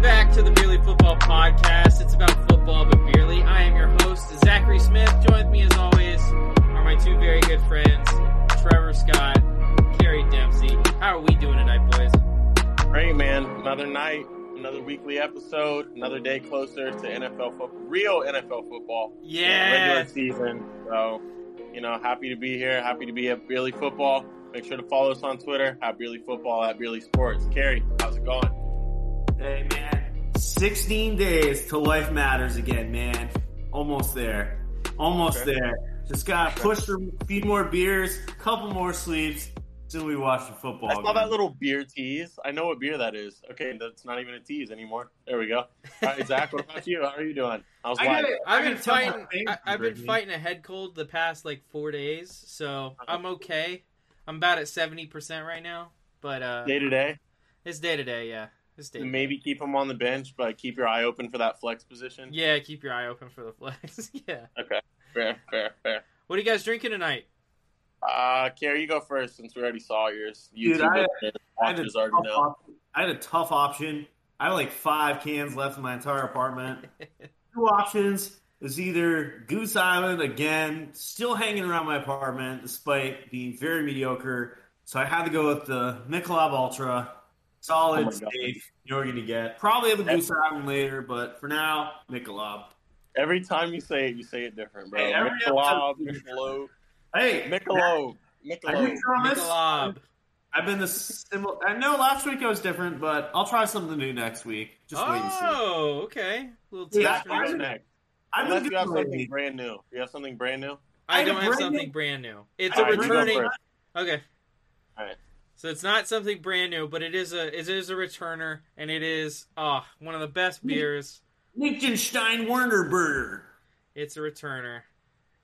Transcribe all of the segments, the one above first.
back to the Beerly Football Podcast. It's about football, but beerly. I am your host, Zachary Smith. Joined with me, as always, are my two very good friends, Trevor Scott, Carrie Dempsey. How are we doing tonight, boys? Great, man. Another night, another weekly episode, another day closer to NFL football, real NFL football, regular Yeah, season. So, you know, happy to be here. Happy to be at Beerly Football. Make sure to follow us on Twitter at Beerly Football, at Beerly Sports. Carrie, how's it going? Hey man, 16 days till life matters again, man. Almost there, almost Okay. there. Just gotta push through, feed more beers, couple more sleeps, till we watch the football. I saw game. that little beer tease. I know what beer that is. Okay, that's not even a tease anymore. There we go. All right, Zach, what about you? How are you doing? How's I life? gotta- I've I been gotta tell my fighting. family, I, I've been Brittany. Uh-huh. fighting a head cold the past like four days, so I'm okay. I'm about at seventy percent right now, but uh, Day to day, it's day to day. Yeah, it's day. to day. maybe keep him on the bench, but keep your eye open for that flex position. Yeah, keep your eye open for the flex. yeah. Okay, fair, fair, fair. What are you guys drinking tonight? Uh, Carrie, you go first since we already saw yours. Dude, YouTube I- listeners, I had, a watchers tough already know. op- I had a tough option. I had like five cans left in my entire apartment. Two options is either Goose Island again, still hanging around my apartment despite being very mediocre. So I had to go with the Michelob Ultra, Oh solid, my God. safe. You know what you're gonna get. Probably have a Goose Island later, but for now, Michelob. Every time you say it, you say it different, bro. Hey, every Michelob, Michelob, episode- Hey, Michelob, I've been Michelob. on this. Michelob. I've been the similar. I know last week I was different, but I'll try something new next week. Just wait and see. Oh, okay. Little Dude, teaser. Zach, you go next. I've been Unless you have good something lately. brand new. You have something brand new? I I don't had have brand something new- brand new. It's I a had brand new- returning. Okay. Alright. So it's not something brand new, but it is a it is a returner, and it is oh, one of the best beers. Liechtenstein Werner Burger. It's a returner.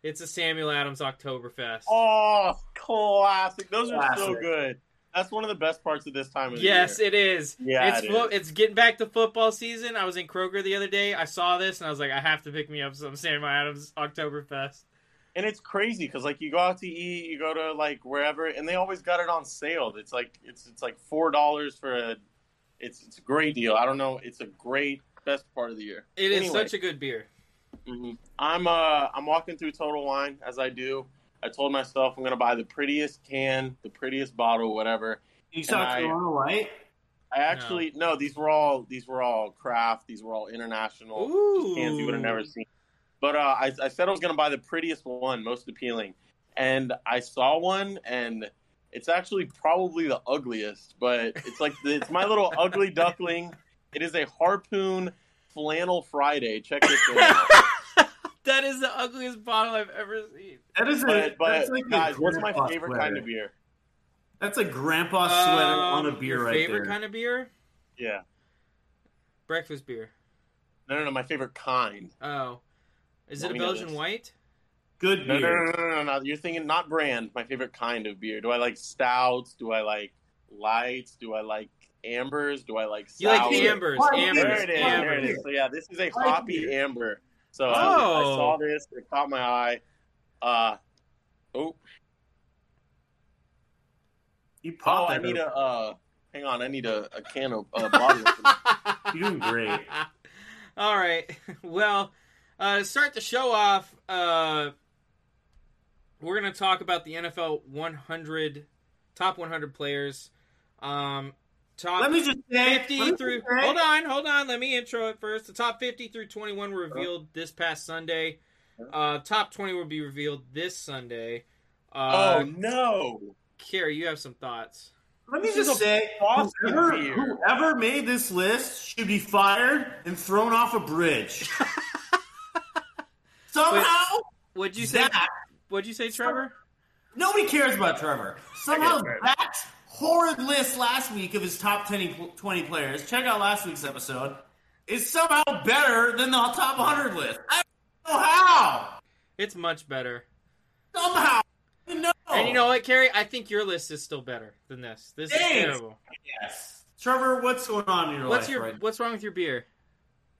It's a Samuel Adams Oktoberfest. Oh, classic. Those are so Classic. good. That's one of the best parts of this time of the yes, year. it is. Yeah, it's it fo- is. it's getting back to football season. I was in Kroger the other day. I saw this and I was like, I have to pick me up some Samuel Adams Oktoberfest. and it's crazy because like you go out to eat, you go to like wherever, and they always got it on sale. It's like it's it's like four dollars for a. It's it's a great deal. I don't know. It's a great best part of the year. It is Anyway. such a good beer. Mhm. I'm uh I'm walking through Total Wine as I do. I told myself I'm gonna buy the prettiest can, the prettiest bottle, whatever. You saw I- Corona Light? I actually no, these were all these were all craft. These were all international Ooh, cans you would have never seen. But uh, I, I said I was gonna buy the prettiest one, most appealing, and I saw one, and it's actually probably the ugliest. But it's like the, it's my little ugly duckling. It is a harpoon flannel Friday. Check this out. that is the ugliest bottle I've ever seen. That is a, But, but that's like a guys, what's my grandpa favorite sweater. kind of beer? That's a grandpa sweater on a Um, beer your right favorite there. kind of beer? Yeah, Breakfast beer. no, no, no, my favorite kind. Oh, is it Let a me know Belgian this. white? Good No, no, no, beer. no, no, no, no. You're thinking not brand. My favorite kind of beer. Do I like stouts? Do I like lights? Do I like ambers? Do I like sours? You like the ambers? Why, Ambers? There it is. There it Ambers? is. So yeah, this is a Light hoppy beer. amber. So um, I Oh. saw this. It caught my eye. Uh, oh, You oh! pop I that. need open. a. Uh, hang on, I need a, a can of uh, Oh, a bottle. You're doing great. All right. Well, uh, to start the show off, uh, we're going to talk about the NFL 100 top 100 players. Um, top Let me just say, 50 let me through just say- hold on hold on let me intro it first the top 50 through 21 were revealed this past sunday uh top 20 will be revealed this sunday uh oh no! carrie you have some thoughts Let me This is just a say, Boston whoever, beer. whoever made this list should be fired and thrown off a bridge. Somehow, what'd you say Zach what'd you say trevor Nobody cares about Trevor. I Somehow get Trevor. that horrid list last week of his top 10, pl- 20 players, check out last week's episode, is somehow better than the top 100 list. I don't know how. it's much better Somehow. I don't know. and you know what carrie i think your list is still better than this this is Thanks. terrible Yes. Trevor, what's going on in your what's life your right now? what's wrong with your beer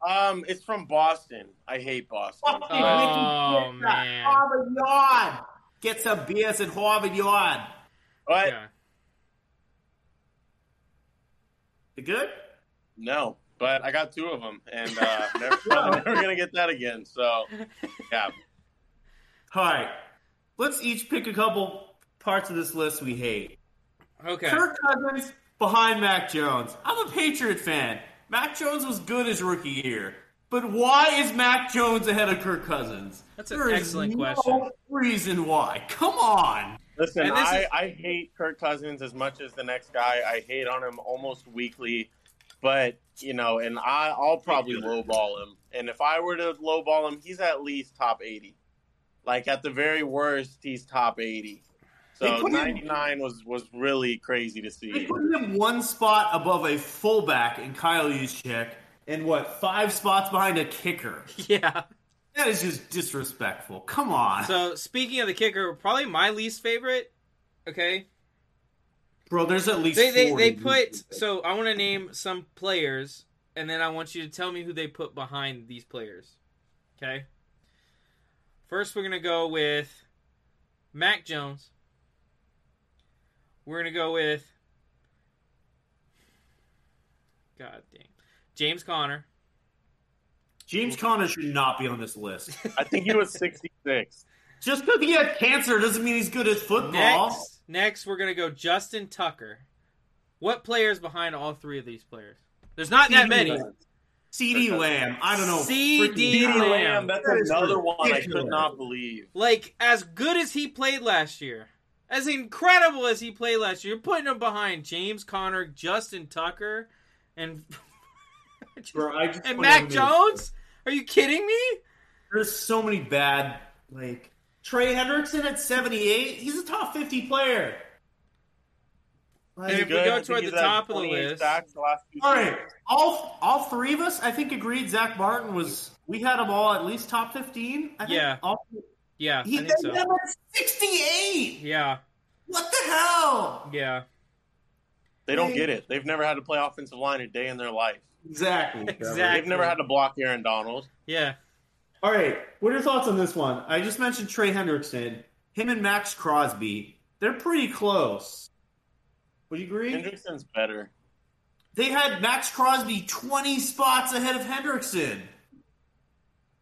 Um, it's from Boston. I hate Boston. Fucking Uh, Oh, Mickey Dicks at man. Harvard Yard. Get some beers at Harvard Yard. but yeah You good? no, But I got two of them, and uh, never, probably never gonna get that again. So, yeah, All right. Let's each pick a couple parts of this list we hate. Okay. Kirk Cousins behind Mac Jones. I'm a Patriot fan. Mac Jones was good his rookie year. But why is Mac Jones ahead of Kirk Cousins? That's an is excellent no question. reason why. Come on. listen, And this I, is- I hate Kirk Cousins as much as the next guy. I hate on him almost weekly, but you know, and I, I'll probably lowball him. And if I were to lowball him, he's at least top eighty. Like at the very worst, he's top eighty. They So put him- ninety nine was was really crazy to They see. put him one spot above a fullback in Kyle Juszczyk and what, five spots behind a kicker. Yeah. That is just disrespectful. Come on. So speaking of the kicker, probably my least favorite. Okay, Bro, there's at least they they, four they in put. this. So I want to name some players, and then I want you to tell me who they put behind these players. Okay. First, we're gonna go with Mac Jones. We're gonna go with. God dang, James Conner. James Conner should not be on this list. I think he was sixty six. Just because he had cancer doesn't mean he's good at football. Next, next we're gonna go Justin Tucker. What players behind all three of these players? There's not that CD many. Lamb. CD Lamb. I don't know. CD freaking- Lamb. Lamb, that's That is another one I ridiculous. could not believe. Like as good as he played last year, as incredible as he played last year, you're putting him behind James Conner, Justin Tucker, and Bro, I just and put him Mac in. Jones. Are you kidding me? There's so many bad. Like Trey Hendrickson at 78. He's a top 50 player. And Like, if we Good. go I think toward he's the had top of the 28 list- sacks the last two all right, seasons. all all three of us, I think, agreed. Zach Martin was. We had him all at least top 15. I think Yeah. all- Yeah, he I had think so. him at 68. Yeah, What the hell? yeah. They don't get it. They've never had to play offensive line a day in their life. Exactly. Exactly. Trevor. They've never had to block Aaron Donald. Yeah. All right. What are your thoughts on this one? I just mentioned Trey Hendrickson. Him and Max Crosby, they're pretty close. Would you agree? Hendrickson's better. They had Max Crosby 20 spots ahead of Hendrickson.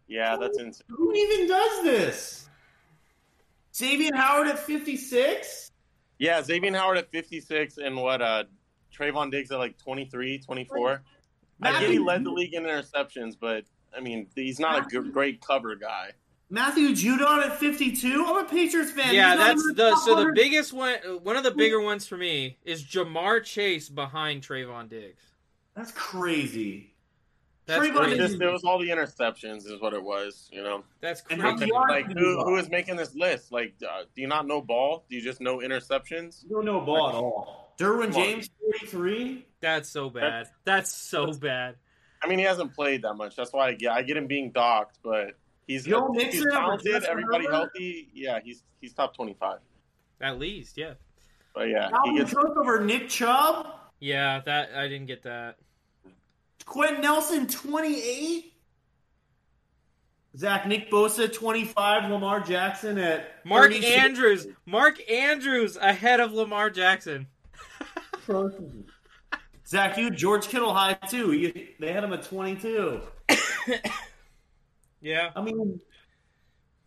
Yeah, that's insane. Who even does this? Xavier Howard at 56? Yeah, Xavier Howard at 56 and what, uh, Trayvon Diggs at like 23, 24. I get he Matthew, led the league in interceptions, but I mean, he's not a good, great cover guy. Matthew Judon at 52? I'm a Patriots fan. yeah, He's not that's even the top so the 100. biggest one. uh, One of the bigger ones for me is Jamar Chase behind Trayvon Diggs. That's crazy. That's Trayvon crazy. It just- it was all the interceptions, is what it was, you know? That's crazy. And how Like, Beyond like, the who, ball. who is making this list? Like, uh, do you not know ball? Do you just know interceptions? You don't know ball at all. Derwin Come on. James, 43? That's so bad. That's so bad. I mean, he hasn't played that much. That's why I get I get him being docked, but he's, Joe he's Mixon over talented. Justin Everybody Herbert? healthy. Yeah, he's he's top twenty five. At least, yeah. But yeah, he Dalvin gets Cook over Nick Chubb? Yeah, that I didn't get that. Quentin Nelson, 28. Zach Nick Bosa, 25. Lamar Jackson at Mark 36. Andrews. Mark Andrews ahead of Lamar Jackson. Zach, you George Kittle high too. You, they had him at 22. Yeah. I mean,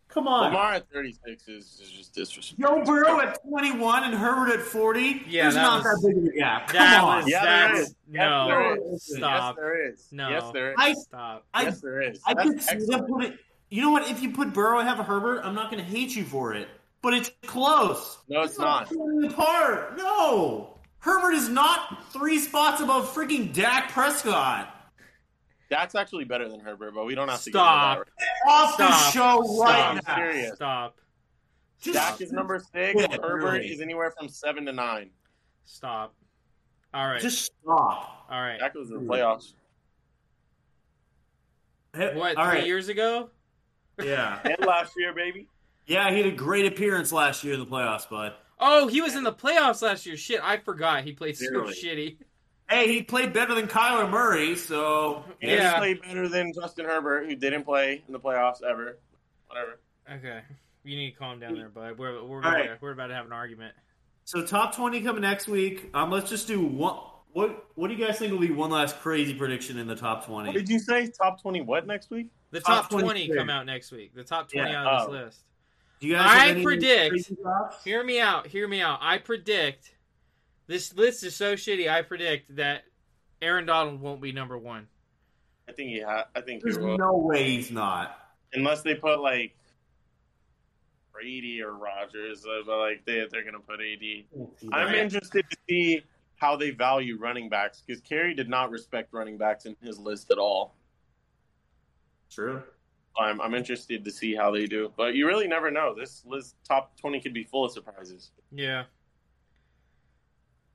come on. Lamar at thirty six is, is just disrespectful. Joe Burrow at 21 and Herbert at 40. Yeah, There's that not was- that big of a gap. Come That on. was Yeah, there that's is. Yes, no. there is. Yes, Stop. there is. No. Yes, there is. I- Stop. I, yes, there is. I That's could see them excellent. put it. You know what? If you put Burrow ahead of Herbert, I'm not going to hate you for it. But it's close. No, it's not. falling apart. No, Herbert is not three spots above freaking Dak Prescott. That's actually better than Herbert, but we don't have to Stop. Get Off Stop. the show right Stop. now. Serious. Stop. into Just- that right. Dak is number six. Yeah, Herbert really. is anywhere from seven to nine. Stop. All right. Just stop. All right. Dak was in the playoffs. Hey, What, three All right. years ago? Yeah. And last year, baby. Yeah, he had a great appearance last year in the playoffs, bud. Oh, he was in the playoffs last year. Shit, I forgot he played so Really? shitty. Hey, he played better than Kyler Murray, so And he Yeah. played better than Justin Herbert, who didn't play in the playoffs ever. Whatever. Okay. You need to calm down there, bud. We're we're, All right. we're about to have an argument. So top twenty coming next week. Um, let's just do one What What do you guys think will be one last crazy prediction in the top What twenty? did you say? Top twenty what next week? The top, Top 20 23. come out next week. The top 20 Yeah, out of this oh. list. Do you guys? I have any predict- crazy drops? Hear me out. Hear me out. I predict this list is so shitty. I predict that Aaron Donald won't be number one. I think he. Ha- I think There's he will. no way he's not. Unless they put like Brady or Rogers, uh, but like they they're gonna put AD. I'm Right. interested to see how they value running backs because Kerry did not respect running backs in his list at all. True. I'm, I'm interested to see how they do, but you really never know. This list top 20 could be full of surprises. Yeah.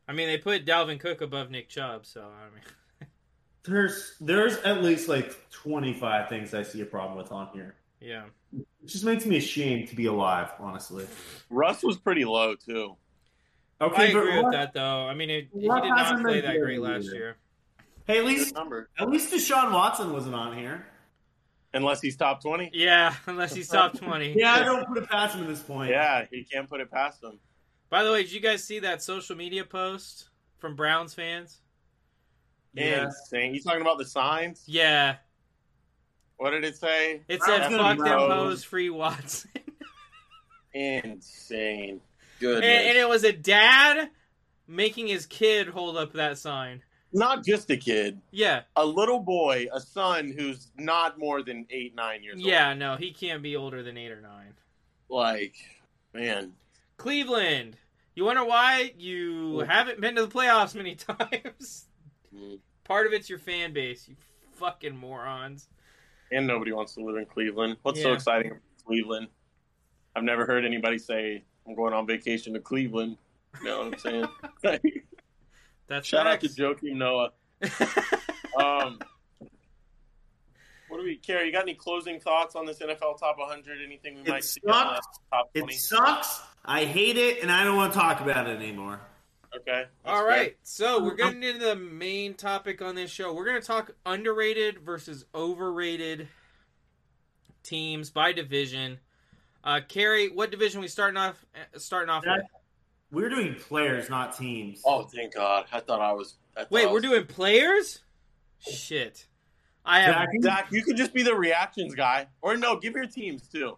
I mean, they put Dalvin Cook above Nick Chubb, so I mean, There's there's at least like 25 things I see a problem with on here. yeah. It just makes me ashamed to be alive, honestly. Russ was pretty low too. I Okay, agree but with what- that though. I mean, it, he did Russ not hasn't play been that good great last either. year. Hey, at Good least number. at least Deshaun Watson wasn't on here. Unless he's top 20. Yeah, unless he's top 20. Yeah, I don't put it past him at this point. Yeah, he can't put it past him. By the way, did you guys see that social media post from Browns fans? Yeah. Insane. He's talking about the signs. Yeah, What did it say? it said That's "fuck them gross. hoes, free Watson," Insane. and, Goodness. and it was a dad making his kid hold up that sign. not just a kid, Yeah, a little boy, a son who's not more than eight, nine years old. yeah, no, he can't be older than eight or nine. Like, man. Cleveland, you wonder why you haven't been to the playoffs many times. Part of it's your fan base, you fucking morons. And nobody wants to live in Cleveland. What's so Yeah. exciting about Cleveland? I've never heard anybody say, I'm going on vacation to Cleveland. You know what I'm saying? Like, That's Shout out to facts. Joakim Noah. Um, what do we care? You got any closing thoughts on this NFL top 100? Anything we It might see on the sucks. top 20? It sucks. I hate it, and I don't want to talk about it anymore. Okay. All right, so we're getting into the main topic on this show. We're going to talk underrated versus overrated teams by division. Uh, Carrie, what division we starting off? eh, Starting off with? We're doing players, not teams. Oh, thank God. I thought I was. I thought I Wait, was- we're doing players. Shit, I have. Zach, Zach, you could just be the reactions guy. Or no, give your teams too.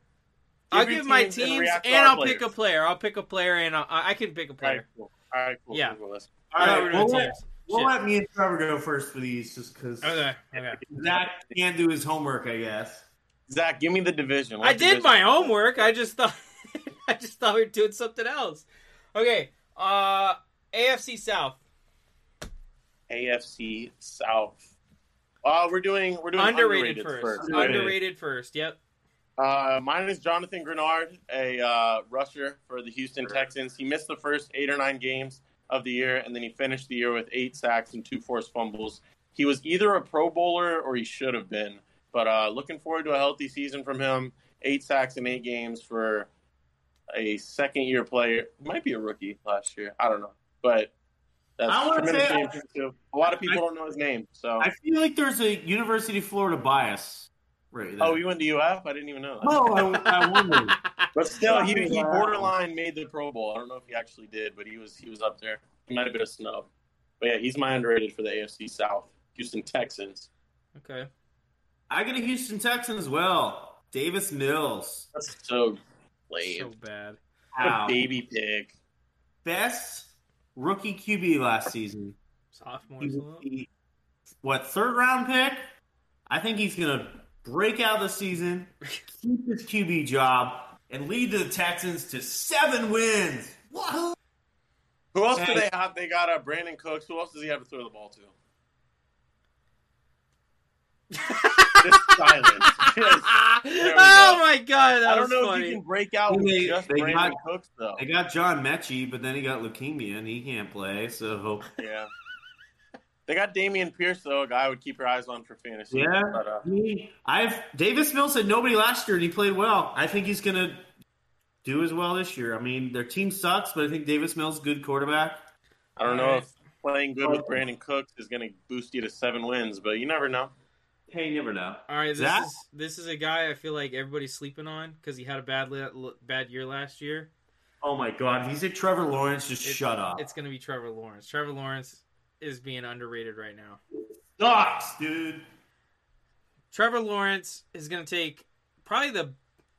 I'll your give my teams and teams and, react to our I'll players. pick a player. I'll pick a player and I'll, I I can pick a All right, player. cool. All right, cool. Yeah. cool, cool. Let's- All I right, thought we were we'll, doing let, teams. we'll Shit. Oh, let me and Trevor go first for these, just because Okay, okay. Zach can't do his homework. I guess. Zach, give me the division. What I did division? my homework. I just thought I just thought we were doing something else. Okay. Uh AFC South. AFC South. Uh, we're doing we're doing Underrated, underrated, first. first. Underrated. Underrated. first. Yep. Uh, mine is Jonathan Grenard, a uh, rusher for the Houston Texans. He missed the first eight or nine games of the year, and then he finished the year with eight sacks and two forced fumbles. He was either a Pro Bowler or he should have been. But uh, looking forward to a healthy season from him. Eight sacks in eight games for a second year player. Might be a rookie last year. I don't know. But that's I wanna tremendous say- name for him. A lot of people don't know his name. So I feel like there's a University of Florida bias right there. Oh, you went to UF? I didn't even know that. no, I, I wondered. But still, he, Yeah. he borderline made the Pro Bowl. I don't know if he actually did, but he was he was up there. He might have been a snub. But yeah, he's my underrated for the AFC South, Houston Texans. okay. I got a Houston Texan as well. Davis Mills. That's so lame. So bad. What a Wow. baby pig. Best rookie QB last season. Sophomore. He was slump. the, what, third round pick? I think he's going to break out this season, keep his QB job, and lead the Texans to seven wins. Wahoo! Who else do Hey. they have? They got uh, Brandon Cooks. Who else does he have to throw the ball to? Just silence. Just- we oh go. my god, that I don't was know funny. if you can break out with They- just they Brandon got- Cooks though. They got John Mechie, but then he got leukemia and he can't play. So, Yeah. They got Damian Pierce though, a guy I would keep your eyes on for fantasy. Yeah. But, uh, He- I've Davis Mills had nobody last year, and he played well. I think he's going to do as well this year. I mean, their team sucks, but I think Davis Mills is a good quarterback. I don't know All if playing good with Brandon Cooks is going to boost you to seven wins, but you never know. Hey, you never know. All right, this Zach? is this is a guy I feel like everybody's sleeping on because he had a bad li- bad year last year. Oh my God, if he's at Trevor Lawrence. Just It's- shut up. It's gonna be Trevor Lawrence. Trevor Lawrence is being underrated right now. Sucks, dude. Trevor Lawrence is going to take probably the.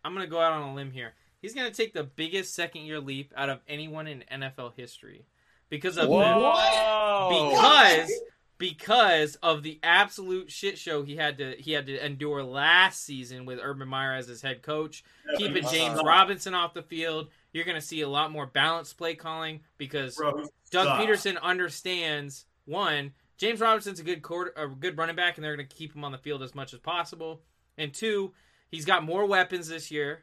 I'm going to go out on a limb here. He's going to take the biggest second year leap out of anyone in NFL history because of the, because because of the absolute shit show he had to he had to endure last season with Urban Meyer as his head coach, keeping James Uh, Robinson off the field. You're going to see a lot more balanced play calling because Bro, he Doug sucks. Peterson understands one, James Robinson's a good quarter, a good running back, and they're going to keep him on the field as much as possible. And two, he's got more weapons this year.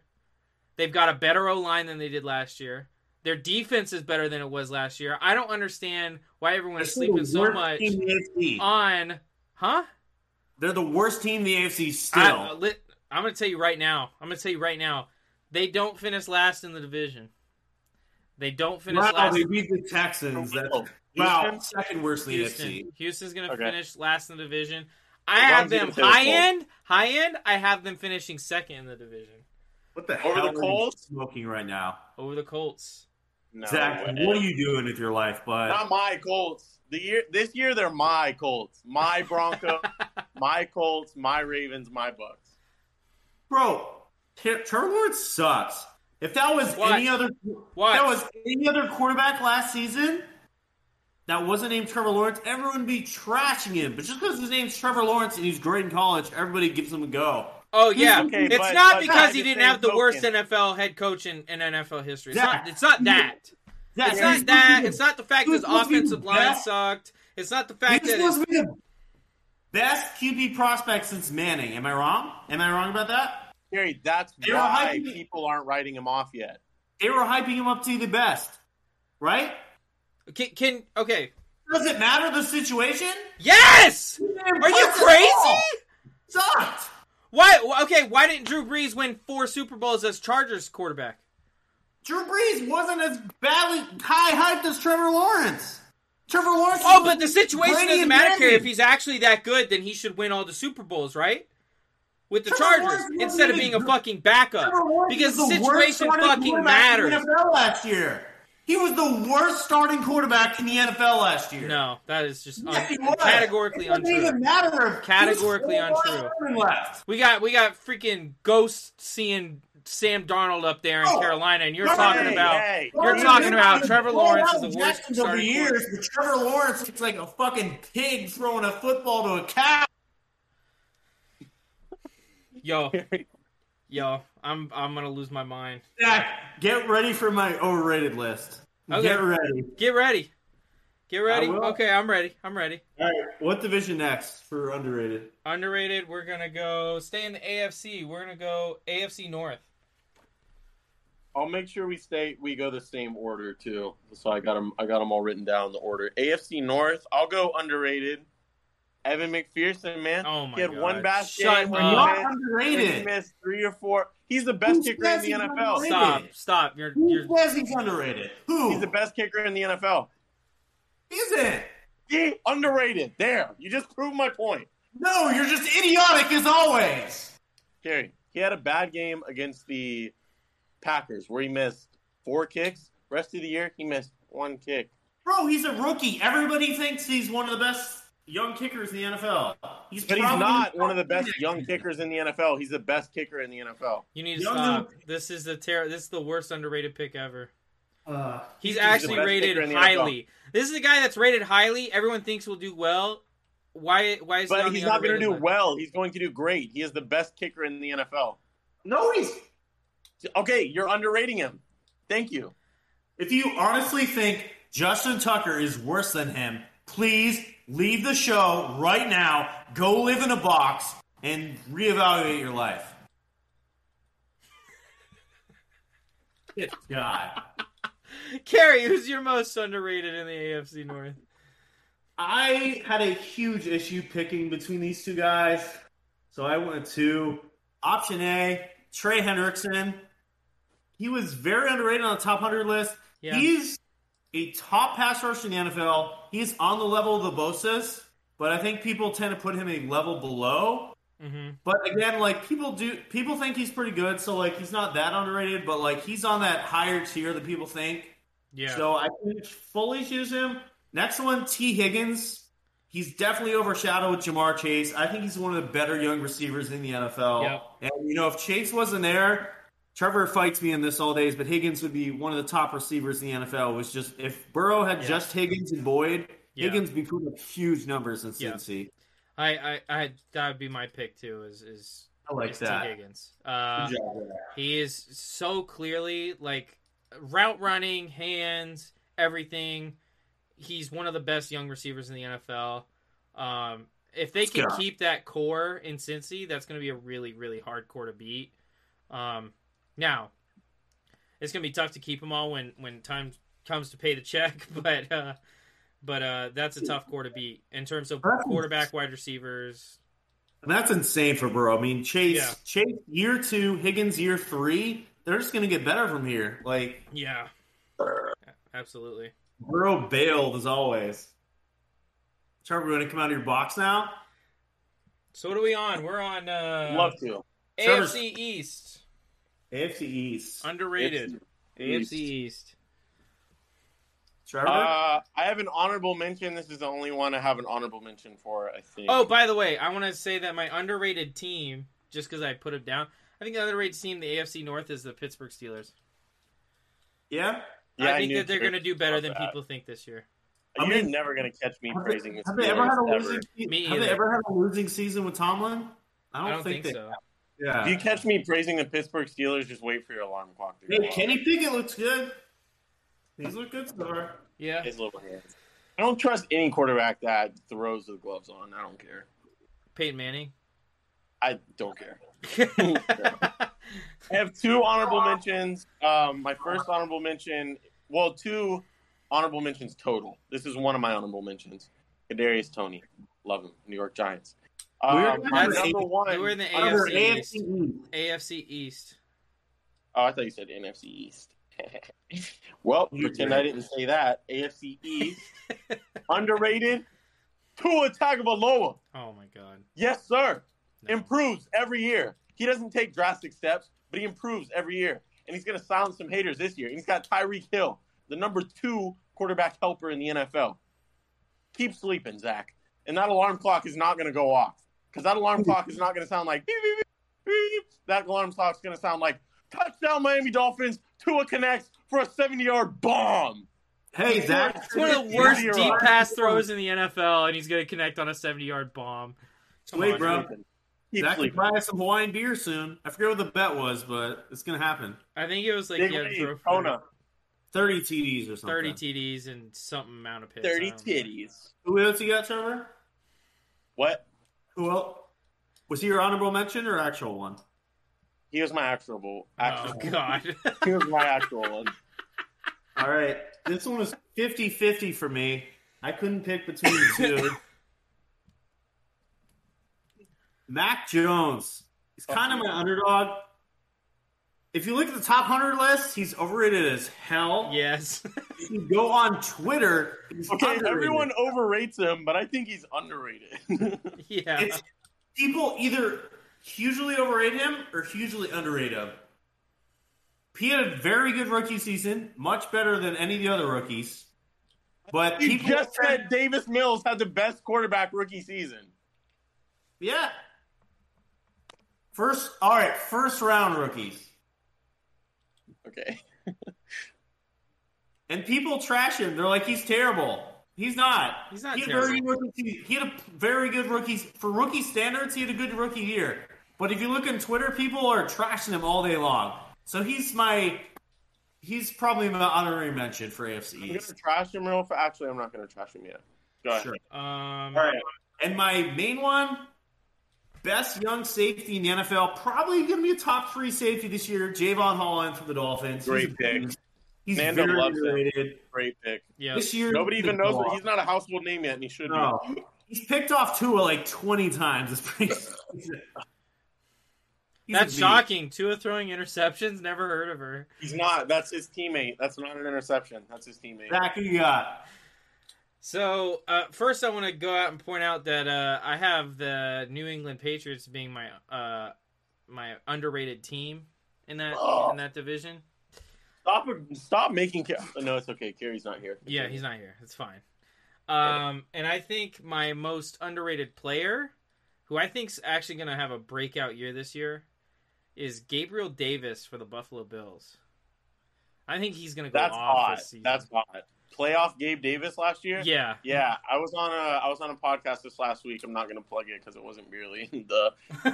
They've got a better O line than they did last year. Their defense is better than it was last year. I don't understand why everyone is They're sleeping the so worst much Team in the AFC. on, huh? They're the worst team in the AFC still. I, uh, am going to tell you right now. I'm going to tell you right now. They don't finish last in the division. They don't finish wow, last. they beat the Texans. That's, Oh, wow, Houston? second worst in the AFC. Houston. Houston's going to Okay. finish last in the division. I As long have as you them don't say it's high cold. end, high end. I have them finishing second in the division What the Over hell the are you Colts? smoking right now? over the Colts. No Zach, way. what are you doing with your life, bud? Not my Colts. The year this year they're my Colts, my Broncos, my Colts, my Ravens, my Bucks. Bro, Ter- Trevor Lawrence sucks. If that was What? any other What? if that was any other quarterback last season that wasn't named Trevor Lawrence, everyone would be trashing him. But just because his name's Trevor Lawrence and he's great in college, everybody gives him a go. Oh yeah, okay, it's but- not but because I he just didn't think have the worst Hogan- NFL head coach in, in NFL history. It's Zach, not. It's not you- that. Zach, It's he's not that. It's supposed not the fact He his was supposed to be offensive the line best. sucked. It's not the to be- fact He's that supposed it's, to be the best QB prospect since Manning. Am I wrong? Am I wrong about that? Gary, that's They were why hyping it. people aren't writing him off yet. They were hyping him up to be the best, right? can, can okay. Does it matter the situation? Yes. Are you crazy? Sucked. Why? Okay. Why didn't Drew Brees win four Super Bowls as Chargers quarterback? Drew Brees wasn't as badly high hyped as Trevor Lawrence. Trevor Lawrence. Oh, but the situation Brady doesn't and matter, Manning. Kerry. If he's actually that good, then he should win all the Super Bowls, right? With the Trevor Chargers, Lawrence instead of wasn't being a even- fucking backup, Trevor Lawrence because the was worst situation starting fucking quarterback in the matters. NFL last year, he was the worst starting quarterback in the NFL last year. No, that is just un- Yes, he was. categorically it doesn't untrue. even matter. if- Categorically he was the untrue. last starting Left. We got we got freaking ghost seeing Sam Darnold up there in Oh, Carolina, and you're right. talking about hey, You're Well, talking they've about been Trevor blowing Lawrence out is the worst Jacksons over starting years, but Trevor Lawrence looks like a fucking pig throwing a football to a cow. yo, yo, I'm I'm gonna lose my mind. Zach, get ready for my overrated list. Okay. Get ready. Get ready, get ready. will. Okay, I'm ready. I'm ready. All right, what division next for underrated? Underrated. We're gonna go stay in the AFC. We're gonna go AFC North. I'll make sure we stay. We go the same order too. So I got them. I got them all written down. The order AFC North. I'll go underrated. Evan McPherson, man. Oh my he had god! one Uh, bad Shut game. One up. Not miss, He underrated. missed three or four. He's the best Who kicker in says the he's NFL. underrated? Stop! Stop! You're you're Who says he's underrated? Who? He's the best kicker in the NFL. Isn't. Yeah, underrated. There. You just proved my point. No, you're just idiotic as always. Gary, he had a bad game against the Packers where he missed four kicks. Rest of the year, he missed one kick. Bro, he's a rookie. Everybody thinks he's one of the best young kickers in the NFL. He's But he's probably- not one of the best young kickers in the NFL. He's the best kicker in the NFL. You need to Young stop. This is the ter- This is the worst underrated pick ever. Uh, He's, the actually best rated kicker in the highly. This is a guy that's rated highly. Everyone thinks will do well. Why? Why is he But on he's the not going to underrated do list? well. He's going to do great. He is the best kicker in the NFL. no, he's. Okay, you're underrating him. Thank you. If you honestly think Justin Tucker is worse than him, please leave the show right now. Go live in a box and reevaluate your life. Good God. Carrie, who's your most underrated in the AFC North? I had a huge issue picking between these two guys, so I went to option A, Trey Hendrickson. He was very underrated on the top 100 list. Yeah. He's a top pass rusher in the NFL. He's on the level of the Bosa's, but I think people tend to put him a level below. Mm-hmm. But again, like people do, people think he's pretty good, so like he's not that underrated, but like he's on that higher tier that people think. Yeah. So I couldn't fully choose him, Next one, T. Higgins. He's definitely overshadowed with Jamar Chase. I think he's one of the better young receivers in the NFL. Yep. And you know, if Chase wasn't there, Trevor fights me in this all days, but Higgins would be one of the top receivers in the NFL. It was just if Burrow had Yeah. just Higgins and Boyd, Yeah. Higgins would be putting up huge numbers in Yeah. Cincy. I, I, I that would be my pick too. Is is I like is T. that. Higgins? Uh, Good job there. He is so clearly like route running, hands, everything. He's one of the best young receivers in the NFL. Um, if they can Yeah. keep that core in Cincy, that's going to be a really, really hard core to beat. Um, now, it's going to be tough to keep them all when when time comes to pay the check, but uh, but uh, that's a tough core to beat in terms of That's- quarterback, wide receivers. And that's insane for Burrow. I mean, Chase, Yeah. Chase year two, Higgins year three. They're just going to get better from here. Like Yeah, absolutely. Burrow bailed as always. Trevor, you want to come out of your box now? So what are we on? We're on. Uh, Love to. AFC Trevor's- East AFC East. underrated. AFC East. East. Trevor, Uh, I have an honorable mention. This is the only one I have an honorable mention for. I think. Oh, by the way, I want to say that my underrated team, just because I put them down, I think the underrated team, in the AFC North, is the Pittsburgh Steelers. yeah. I think knew that they're Terry going to do better about than that. people think this year. I You're mean- never going to catch me Have they, praising this. have they ever had a Steelers, losing? se- Me have they either. ever had a losing season with Tomlin? I I don't, don't, think, they, so. Yeah. If you catch me praising the Pittsburgh Steelers, just wait for your alarm clock to go Hey, off. Kenny Pickett looks good. These look good so far. Yeah. His little hands. I don't trust any quarterback that throws the gloves on. I don't care. Peyton Manning. I don't care. I have two honorable mentions. Um, my first honorable mention, well, two honorable mentions total. This is one of my honorable mentions. Kadarius Tony, love him, New York Giants. We're Um, my number number eight. one. they were in the Under AFC East. AFC East. AFC East. Oh, I thought you said NFC East. well, You pretend did. I didn't say that. AFC East, underrated. Tua Tagovailoa, Oh my God. yes sir, No. improves every year. He doesn't take drastic steps, but he improves every year, and he's going to silence some haters this year. And he's got Tyreek Hill, the number two quarterback helper in the NFL. Keep sleeping, Zach, and that alarm clock is not going to go off because that alarm clock is not going to sound like beep, beep, beep, beep. that alarm clock's going to sound like touchdown Miami Dolphins, Tua connects for a 70 yard bomb. Hey, Zach. It's one of the worst Zero. deep pass throws in the NFL, and he's going to connect on a 70 yard bomb. Come Wait, on, bro. Keep Zach can sleeping. buy us some Hawaiian beer soon. I forget what the bet was, but it's gonna happen. I think it was like Big yeah, lead, throw for Kona, Thirty TDs or 30 something. TDs and something amount of picks. 30 I don't remember. titties. Who else you got, Trevor? What? Well, was he your honorable mention or actual one? He was my actual. Oh actual God! he was my actual one. All right, this one was 50-50 for me. I couldn't pick between the two. Mac Jones. He's kind of my underdog. If you look at the top hundred list, he's overrated as hell. yes, If you go on Twitter, he's Okay, underrated. everyone overrates him, but I think he's underrated. yeah. It's people either hugely overrate him or hugely underrate him. He had a very good rookie season, much better than any of the other rookies. But you people just said Davis Mills had the best quarterback rookie season. yeah. First, all right, first round rookies, Okay. and people trash him. They're like, he's terrible. He's not. He's not He had, a very terrible. good rookie season. he had a very good rookies for rookie standards. He had a good rookie year. But if you look on Twitter, people are trashing him all day long. So he's my, he's probably my honorary mention for AFC I'm going East. to trash him real fast. Actually, I'm not going to trash him yet. Go ahead. Sure. Um, All right. And my main one, best young safety in the NFL, probably going to be a top three safety this year. Javon Holland for the Dolphins. Great he's, pick. He's Nando very loves him. underrated. Great pick. Yeah. This year, Nobody even knows what that he's not a household name yet, and he should No. He's picked off Tua like 20 times this preseason. He's a That's beast. shocking. Tua throwing interceptions. Never heard of her. be. He's not. That's his teammate. That's not an interception. That's his teammate. Zach, who you got? So uh, first, I want to go out and point out that uh, I have the New England Patriots being my uh, my underrated team in that Oh. in that division. Stop, stop making. Car- Oh, no, it's okay. Carrie's not here. Yeah, he's not here. It's fine. Um, and I think my most underrated player, who I think's actually going to have a breakout year this year, is Gabriel Davis for the Buffalo Bills. I think he's going to go That's off hot. this season. That's hot. Playoff Gabe Davis last year. yeah. Yeah, I was on a I was on a podcast this last week. I'm not going to plug it because it wasn't really the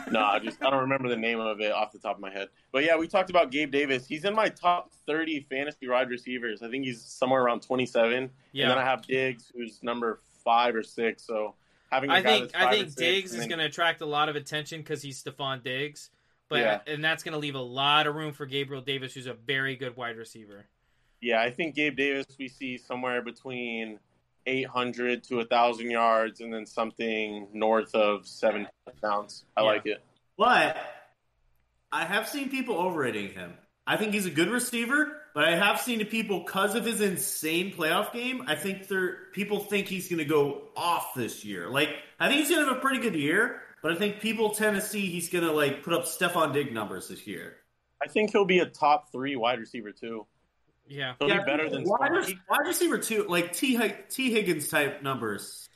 no. I just I don't remember the name of it off the top of my head. But yeah, we talked about Gabe Davis. He's in my top 30 fantasy wide receivers. I think he's somewhere around 27. yeah. And then I have Diggs, who's number five or six. So having a I guy think that's I five or think six, Diggs and is then- going to attract a lot of attention because he's Stephon Diggs, but Yeah. and that's going to leave a lot of room for Gabriel Davis, who's a very good wide receiver. Yeah, I think Gabe Davis we see somewhere between 800 to 1,000 yards and then something north of seven touchdowns. I Yeah. like it. But I have seen people overrating him. I think he's a good receiver, but I have seen the people because of his insane playoff game. I think they're people think he's going to go off this year. Like I think he's going to have a pretty good year, but I think people tend to see he's going to like put up Stephon Digg numbers this year. I think he'll be a top three wide receiver, too. Yeah, He'll Yeah, be better than wide, Swan. rec- wide receiver two, like T Hig- T Higgins type numbers.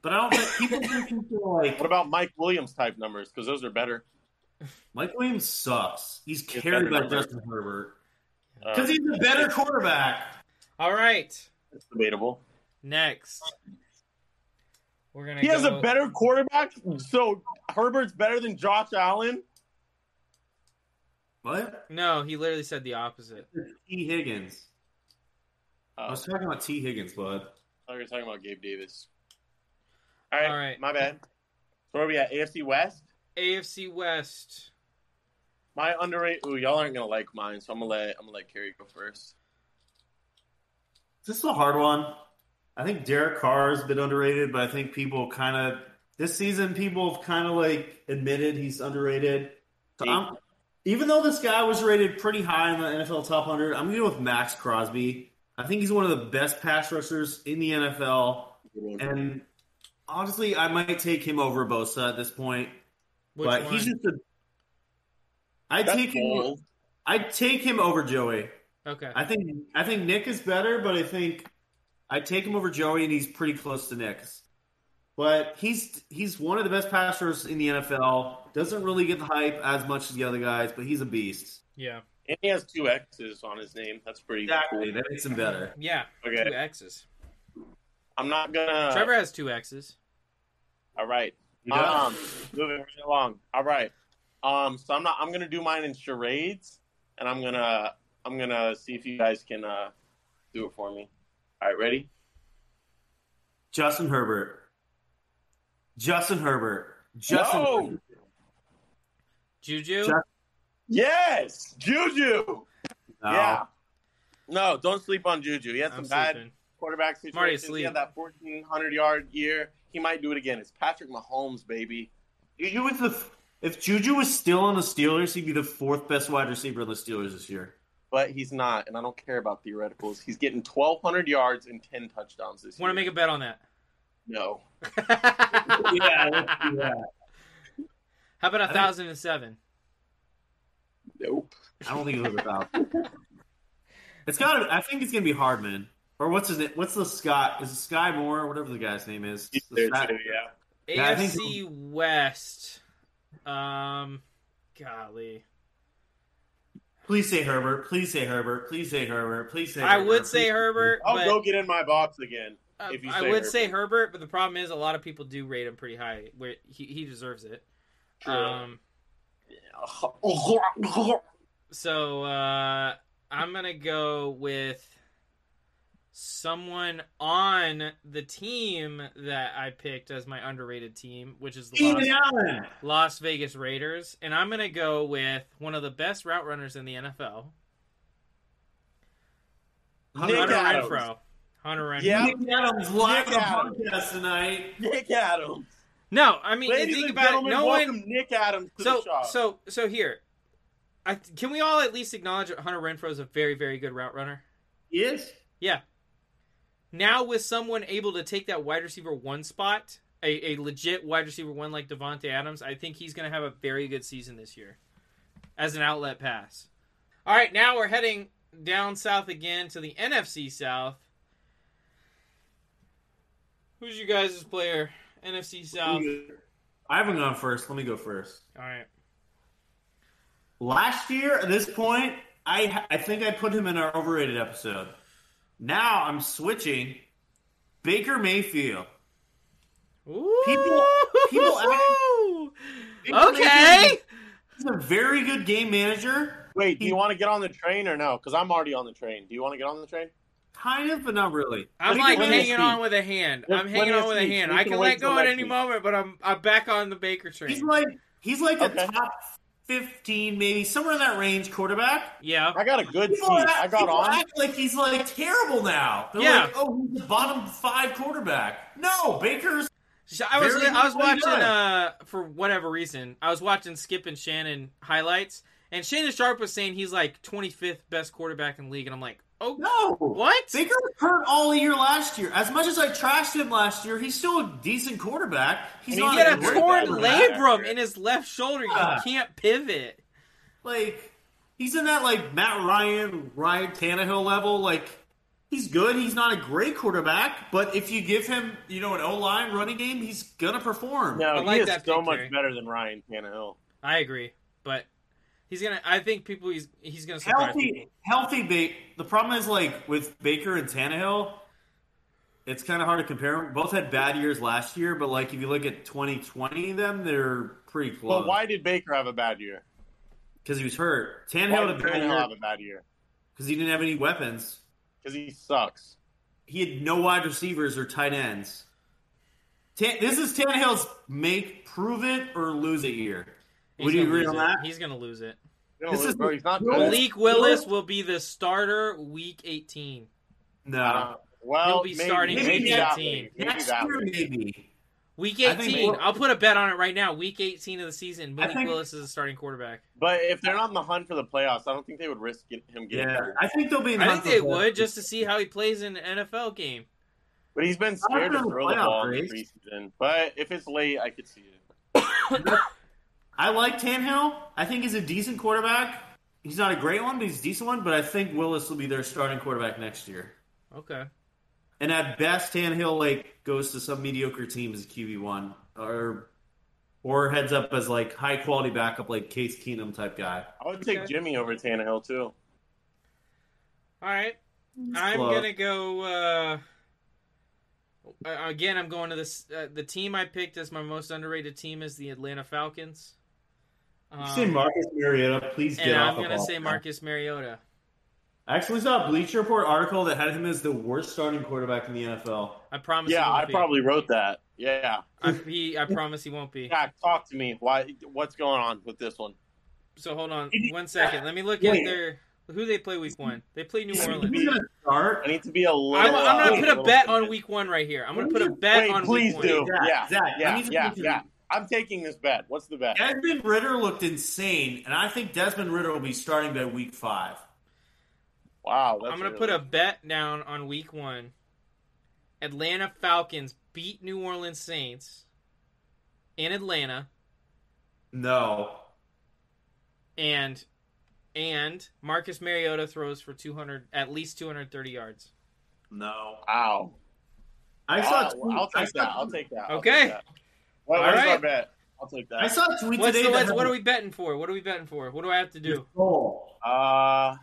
But I don't think people think he's gonna, like What about Mike Williams type numbers? Because those are better. Mike Williams sucks. He's He's carried better than by Herbert. Justin Herbert Uh, because he's a better quarterback. All right, it's debatable. next we're gonna. He has go- a better quarterback, so Herbert's better than Josh Allen. What? No, he literally said the opposite. T. Higgins. I Oh, was talking about T. Higgins, bud. we were talking about Gabe Davis. All right, All right. my bad. So where are we at? AFC West. AFC West. My underrated. Ooh, y'all aren't gonna like mine, so I'm gonna let I'm gonna let Kerry go first. This is a hard one. I think Derek Carr has been underrated, but I think people kind of this season people have kind of like admitted he's underrated. So I'm, even though this guy was rated pretty high in the NFL top 100, I'm going to go with Max Crosby. I think he's one of the best pass rushers in the NFL, and honestly, I might take him over Bosa at this point. Which but one? he's just a. I That's take him. bold. I take him over Joey. okay. I think I think Nick is better, but I think I take him over Joey, and he's pretty close to Nick's. But he's he's one of the best passers in the NFL. Doesn't really get the hype as much as the other guys, but he's a beast. Yeah, and he has two X's on his name. That's pretty Exactly, that makes him better. yeah. cool. Okay, Uh, Two X's. I'm not gonna. Trevor has two X's. All right. You know? Um, moving right along. All right. Um, so I'm not. I'm gonna do mine in charades, and I'm gonna. I'm gonna see if you guys can uh, do it for me. All right, ready? Justin Herbert. Justin Herbert. Justin. No! Herbert. Juju. Jeff- Yes, Juju. No. Yeah. No, don't sleep on Juju. He had some I'm bad sleeping. quarterback Marty, situations. He sleep. had that 1,400 yard year. He might do it again. It's Patrick Mahomes, baby. Juju was the if Juju was still on the Steelers, he'd be the fourth best wide receiver on the Steelers this year. But he's not, and I don't care about theoreticals. He's getting 1,200 yards and 10 touchdowns this Want to year. make a bet on that? No. Yeah, let's do that. How about a think- thousand and seven? Nope. I don't think he'll live without. It's got. I think it's gonna be Hardman or what's his name? What's the Scott? Is it Sky Moore or whatever the guy's name is? He's The there fat- too, yeah. Yeah, I think- AFC West. Um, golly, Please say Herbert. Please say Herbert. Please say Herbert. Please say. I Herbert. would say Please- Herbert, I'll but go get in my box again. uh, if you I say would Herbert. say Herbert. But the problem is, a lot of people do rate him pretty high. Where he, he deserves it. Um, so uh, I'm gonna go with someone on the team that I picked as my underrated team, which is the Los Keenan Allen. Las Vegas Raiders, and I'm going to go with one of the best route runners in the NFL, Nick Hunter Adams. Renfro. Hunter Renfro. Yeah. Nick Adams live Nick on Adams. podcast tonight. Nick Adams. No, I mean, Ladies think and about it. gentlemen, No welcome one. Nick Adams to So, the shop. so, so here, I, can we all at least acknowledge that Hunter Renfro is a very, very good route runner? Yes. Now with someone able to take that wide receiver one spot, a, a legit wide receiver one like Devonte Adams, I think he's going to have a very good season this year as an outlet pass. All right, now we're heading down south again to the NFC South. Who's you guys' player? NFC South. I haven't gone first. Let me go first. All right. Last year at this point, I I think I put him in our overrated episode. Now I'm switching. Baker Mayfield. Ooh. People- people okay. He's a very good game manager, Wait, do He- Mm. you want to get on the train or no? Because I'm already on the train. Do you want to get on the train? kind of, but not really. I'm Let me- like let me hanging speak. on with a hand. Let- I'm let hanging me on with a speak. hand. We I can can wait let go till at next any week. moment, but I'm I'm back on the Baker He's train. like he's like Okay. a top fifteen, maybe somewhere in that range quarterback. Yeah. I got a good seat. People act, I got people on. act like he's like terrible now. They're Yeah. like, oh, he's the bottom five quarterback. No, Baker's So I was Very I was well watching done. uh for whatever reason I was watching Skip and Shannon highlights and Shannon Sharp was saying he's like 25th best quarterback in the league and I'm like oh no. what Baker was hurt all year last year. As much as I trashed him last year, he's still a decent quarterback. He's And he not had a great torn quarterback. labrum in his left shoulder you Yeah. can't pivot Like he's in that like Matt Ryan, Ryan Tannehill level. Like he's good. He's not a great quarterback, but if you give him, you know, an O line running game, he's gonna perform. I No, like he is that so pick, much Jerry. better than Ryan Tannehill. I agree but he's gonna I think people he's he's gonna surprise people. healthy, healthy. Ba- the problem is like with Baker and Tannehill, it's kind of hard to compare. 'em. Both had bad years last year, but like if you look at 2020, them they're pretty close. But why did Baker have a bad year? Because he was hurt. Why Tannehill had did a bad Tannehill year have a bad year? because he didn't have any weapons. Because he sucks. He had no wide receivers or tight ends. Tan- this is Tannehill's make prove it or lose it year. He's Would you gonna agree lose on it. that? he's gonna lose it You know, This is- bro, he's not Well, good. Malik Willis will be the starter week 18 No. Uh, well, He'll be maybe, starting maybe maybe that 18. way. Maybe Next that year, way. maybe. week I think 18 we'll- I'll put a bet on it right now week 18 of the season Malik think- Willis is the starting quarterback But if they're not in the hunt for the playoffs, I don't think they would risk it- him getting Yeah, hurt. I think they'll be. in I think hunt they for- would just to see how he plays in an NFL game. But he's been Not scared to for the throw the playoff ball in the race. preseason. But if it's late, I could see it. I like Tannehill. I think he's a decent quarterback. He's not a great one, but he's a decent one. But I think Willis will be their starting quarterback next year. Okay. And at best, Tannehill like goes to some mediocre team as QB one, or or heads up as like high quality backup, like Case Keenum type guy. I would take Okay. Jimmy over Tannehill too. All right. I'm Slow. gonna go. Uh, uh, again, I'm going to this. Uh, the team I picked as my most underrated team is the Atlanta Falcons. You Um, say Marcus Mariota, please get and off. I'm the gonna ball. say Marcus Mariota. I actually saw a Bleacher Report article that had him as the worst starting quarterback in the NFL. I promise. he Yeah, won't I be. probably wrote that. Yeah, I, he, I promise he won't be. yeah. Talk to me. Why? What's going on with this one? So hold on one second. Let me look at Wait. their who they play week one. They play New He's Orleans. gonna start. I need to be a little. I'm, I'm uh, gonna put a little bet on bit. week one right here. I'm gonna Wait, put a bet Wait, on please week do. one. Zach, Yeah, Zach, let yeah, me just yeah, mention- yeah. I'm taking this bet. What's the bet? Desmond Ritter looked insane, and I think Desmond Ritter will be starting by week five. Wow, that's I'm gonna really- put a bet down on week one. Atlanta Falcons beat New Orleans Saints in Atlanta, No, and and Marcus Mariota throws for 200 at least 230 yards. no. Wow. I saw. I'll, a tweet- I'll I take saw that. a I'll tweet- take Okay. that. I'll take that. What, All what is my right. bet? I'll take I that. saw a tweet What's today. the, that what's, had what are we betting for? What are we betting for? What do I have to do? Goal. Uh,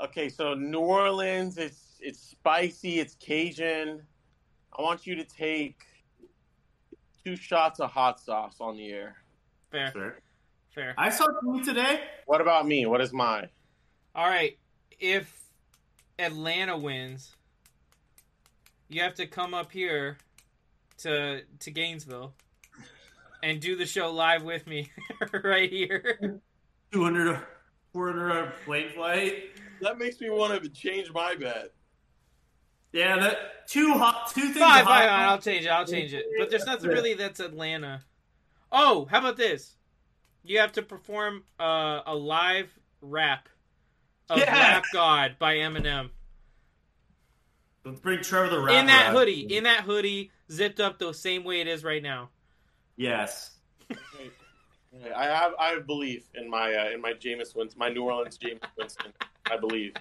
okay, so New Orleans, it's it's spicy, it's Cajun. I want you to take two shots of hot sauce on the air. Fair, fair. I saw a tweet today. What about me? What is mine? All right, if Atlanta wins, you have to come up here to to Gainesville and do the show live with me right here. 200, 400 hour plane flight. That makes me want to change my bet. Yeah, that two hot two things. Five, hot- five, five. I'll change it. I'll change it. But there's nothing really that's Atlanta. Oh, how about this? You have to perform uh, a live rap of Yeah. Rap God by Eminem Let's bring Trevor the Rapper in that out. hoodie. In that hoodie, zipped up the same way it is right now. yes. I have I have belief in my uh, in my Jameis Winston, my New Orleans Jameis Winston. I believe.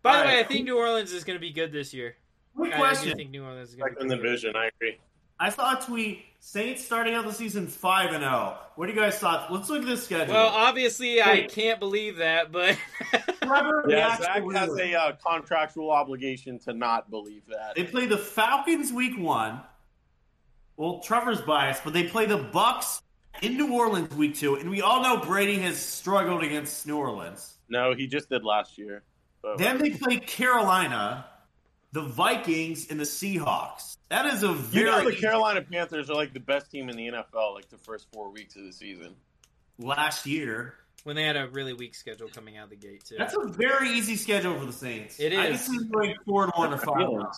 By the All way, I right. think New Orleans is going to be good this year. Quick I, I do question. think New Orleans is going Second to in the division, I agree. I saw a tweet Saints starting out the season five and zero. What do you guys thought? Let's look at this schedule. Well, obviously, I Wait. can't believe that, but Trevor uh, Yeah, reacts Zach to has Wheeler. a uh, contractual obligation to not believe that. They play the Falcons week one. Well, Trevor's biased, but they play the Bucks in New Orleans week two, and we all know Brady has struggled against New Orleans. No, he just did last year. But Then they play Carolina, the Vikings, and the Seahawks. That is a you very know the Carolina Panthers are like the best team in the NFL. Like the first four weeks of the season. last year. when they had a really weak schedule coming out of the gate, too. That's a very easy schedule for the Saints. It I can is. see them going four and one or five. and oh.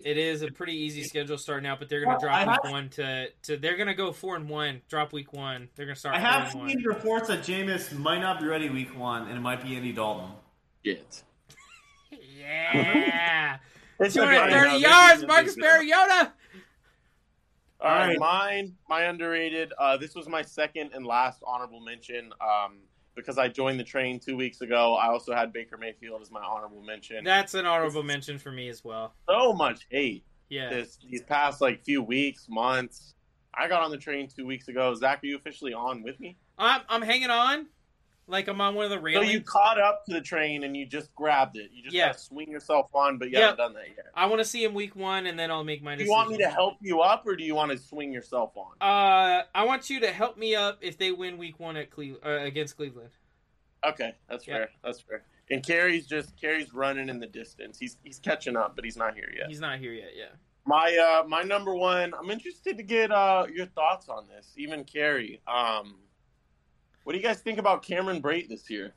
It is a pretty easy schedule starting out, but they're going to Well, drop I week one to, to they're going to go four and one, drop week one. They're going to start I have four and seen one. reports that Jameis might not be ready week one, and it might be Andy Dalton. Shit. Yeah, It's two hundred okay. No, thirty this yards, is- Marcus Mariota. All All right, right. mine, my underrated. Uh, this was my second and last honorable mention um, because I joined the train two weeks ago. I also had Baker Mayfield as my honorable mention. That's an honorable mention for me as well. so much hate Yeah, this these past like few weeks, months. I got on the train two weeks ago. Zach, are you officially on with me? I'm I'm hanging on, like I'm on one of the railings. So you caught up to the train and you just grabbed it. You just Yeah. gotta swing yourself on, but you Yeah. haven't done that yet. I want to see him week one, and then I'll make my Do decision. you want me to help you up, or do you want to swing yourself on? Uh, I want you to help me up if they win week one at Cle- uh, against Cleveland. Okay, that's Yeah. fair. That's fair. And Carrie's just Carrie's running in the distance. He's he's catching up, but he's not here yet. He's not here yet. Yeah. My uh my number one. I'm interested to get uh your thoughts on this. Even Carrie. Um, what do you guys think about Cameron Brait this year?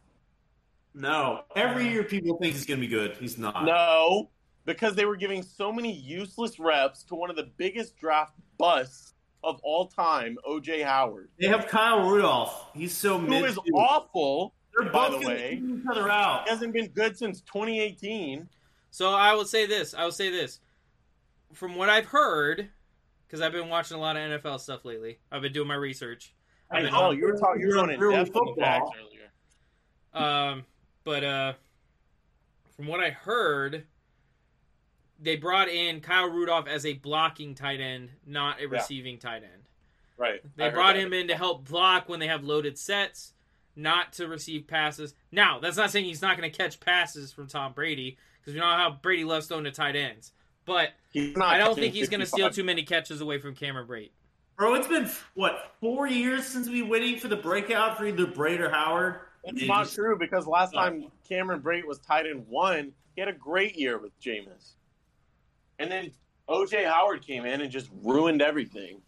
No, every year people think he's going to be good. He's Uh, not. No, because they were giving so many useless reps to one of the biggest draft busts of all time, OJ Howard, They have Kyle Rudolph. He's so who mid. is too. awful. They're by both the gonna way. keep each other out. Hasn't been good since 2018. So I will say this. I will say this. From what I've heard, because I've been watching a lot of NFL stuff lately. I've been doing my research. I I've been- know you were talking. You were going in Really depth on the football. Jags earlier. Um, but uh, from what I heard, they brought in Kyle Rudolph as a blocking tight end, not a receiving tight end. Right. I They heard brought that. him in to help block when they have loaded sets, not to receive passes. Now, that's not saying he's not going to catch passes from Tom Brady because we know how Brady loves throwing to tight ends. But He's not I don't catching think he's going to 55. steal too many catches away from Cameron Brate. Bro, it's been what four years since we've been waiting for the breakout for either Braid or Howard. It's And not he's- true because last time Cameron Brate was tight end one, he had a great year with Jameis. And then OJ Howard came in and just ruined everything.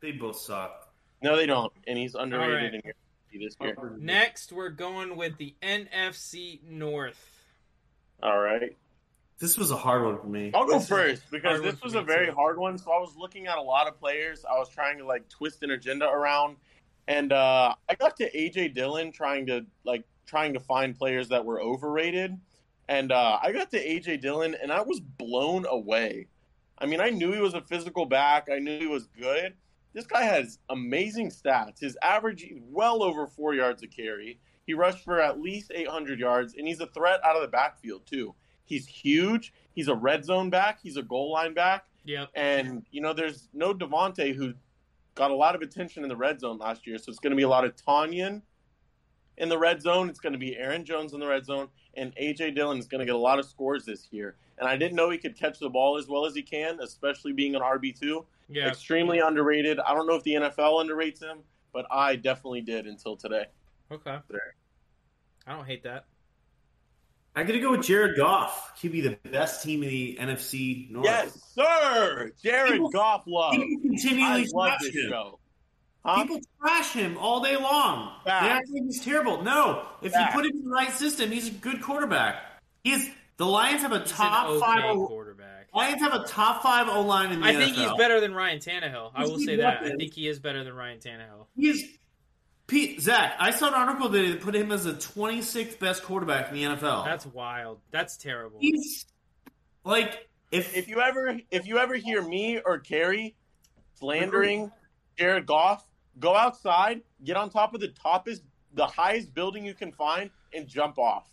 They both suck. No, they don't. And he's underrated All right. in your this year. Next, we're going with the NFC North. All right. This was a hard one for me. I'll go This is a first because hard one this for was me a very too. hard one. So I was looking at a lot of players. I was trying to like twist an agenda around, and uh, I got to AJ Dillon trying to like trying to find players that were overrated, and uh, I got to AJ Dillon and I was blown away. I mean, I knew he was a physical back. I knew he was good. This guy has amazing stats. His average well over four yards a carry. He rushed for at least 800 yards, and he's a threat out of the backfield too. He's huge. He's a red zone back. He's a goal line back. Yep. And you know, there's no Devonte who got a lot of attention in the red zone last year. So it's going to be a lot of Tanyan in the red zone. It's going to be Aaron Jones in the red zone, and AJ Dillon is going to get a lot of scores this year. And I didn't know he could catch the ball as well as he can, especially being an RB two. Yeah. Extremely underrated. I don't know if the NFL underrates him, but I definitely did until today. Okay. There. I don't hate that. I'm gonna go with Jared Goff. He'd be the best team in the NFC North. Yes, sir. Jared People- Goff love. people continually I love trash this him. show. Huh? People trash him all day long. They Facts. act like he's terrible. No, if Facts. you put him in the right system, he's a good quarterback. He's the Lions have a He's top an okay five. O- quarterback. Lions have a top five O line in the I think NFL. he's better than Ryan Tannehill. I He's will big say that. I weapon. think he is better than Ryan Tannehill. He's Pete Zach. I saw an article that they put him as the 26th best quarterback in the NFL. That's wild. That's terrible. Oh. he's like if, if you ever if you ever hear me or Carrie slandering Jared Goff, go outside, get on top of the toppest the highest building you can find and jump off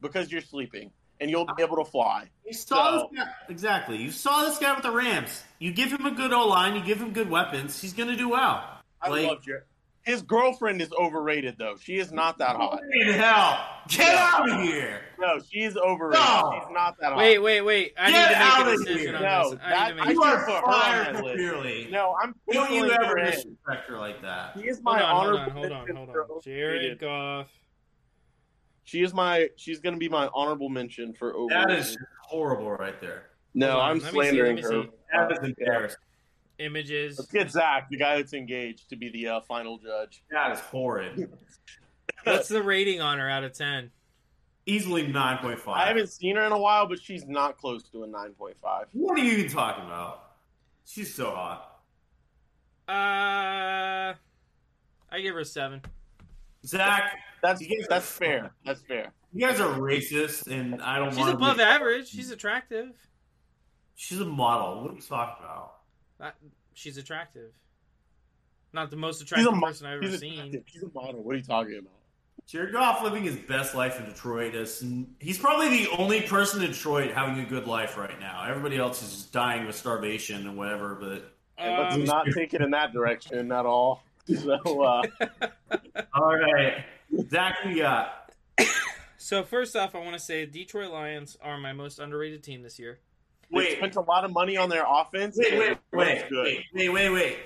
because you're sleeping. and you'll be able to fly. You saw So- this guy, exactly. You saw this guy with the Rams. You give him a good O line. You give him good weapons. He's going to do well. I Like- love Jer- His girlfriend is overrated, though. She is not that hot. In hell, get out of here! No, she's overrated. No. She's not that hot. Wait, wait, wait. I Get need out to of make a decision here. on No, this. I that- need to make You I- are put her on fired that list. clearly. No, I'm. Don't you canceling ever her in. disrespect her like that? She is my Hold on, hold on, honorable hold on, mention hold for on. Jared overrated. Goff. She is my. She's gonna be my honorable mention for overrated. That is just horrible right there. no, Hold on, I'm let me see, let slandering me her. see. That is embarrassing. Images. Let's get Zach, the guy that's engaged, to be the uh, final judge. That is horrid. What's the rating on her out of ten? Easily nine point five. I haven't seen her in a while, but she's not close to a 9.5. What are you even talking about? She's so hot. Uh, I give her a seven. Zach, That's You guys are- that's fair. That's fair. you guys are racist, and I don't She's want. above average. She's attractive. She's a model. What are you talking about? Not- she's attractive. Not the most attractive mo- person I've ever She's seen. a, she's a model. What are you talking about? Jared Goff living his best life in Detroit. Is, he's probably the only person in Detroit having a good life right now. Everybody else is dying with starvation and whatever. But And let's Um, not take it in that direction at all. So uh, all right, Zach, who you got? so first off, I want to say Detroit Lions are my most underrated team this year. they Wait, wait, spent a lot of money on their offense. and wait, it looks wait, good. wait, wait, wait, wait.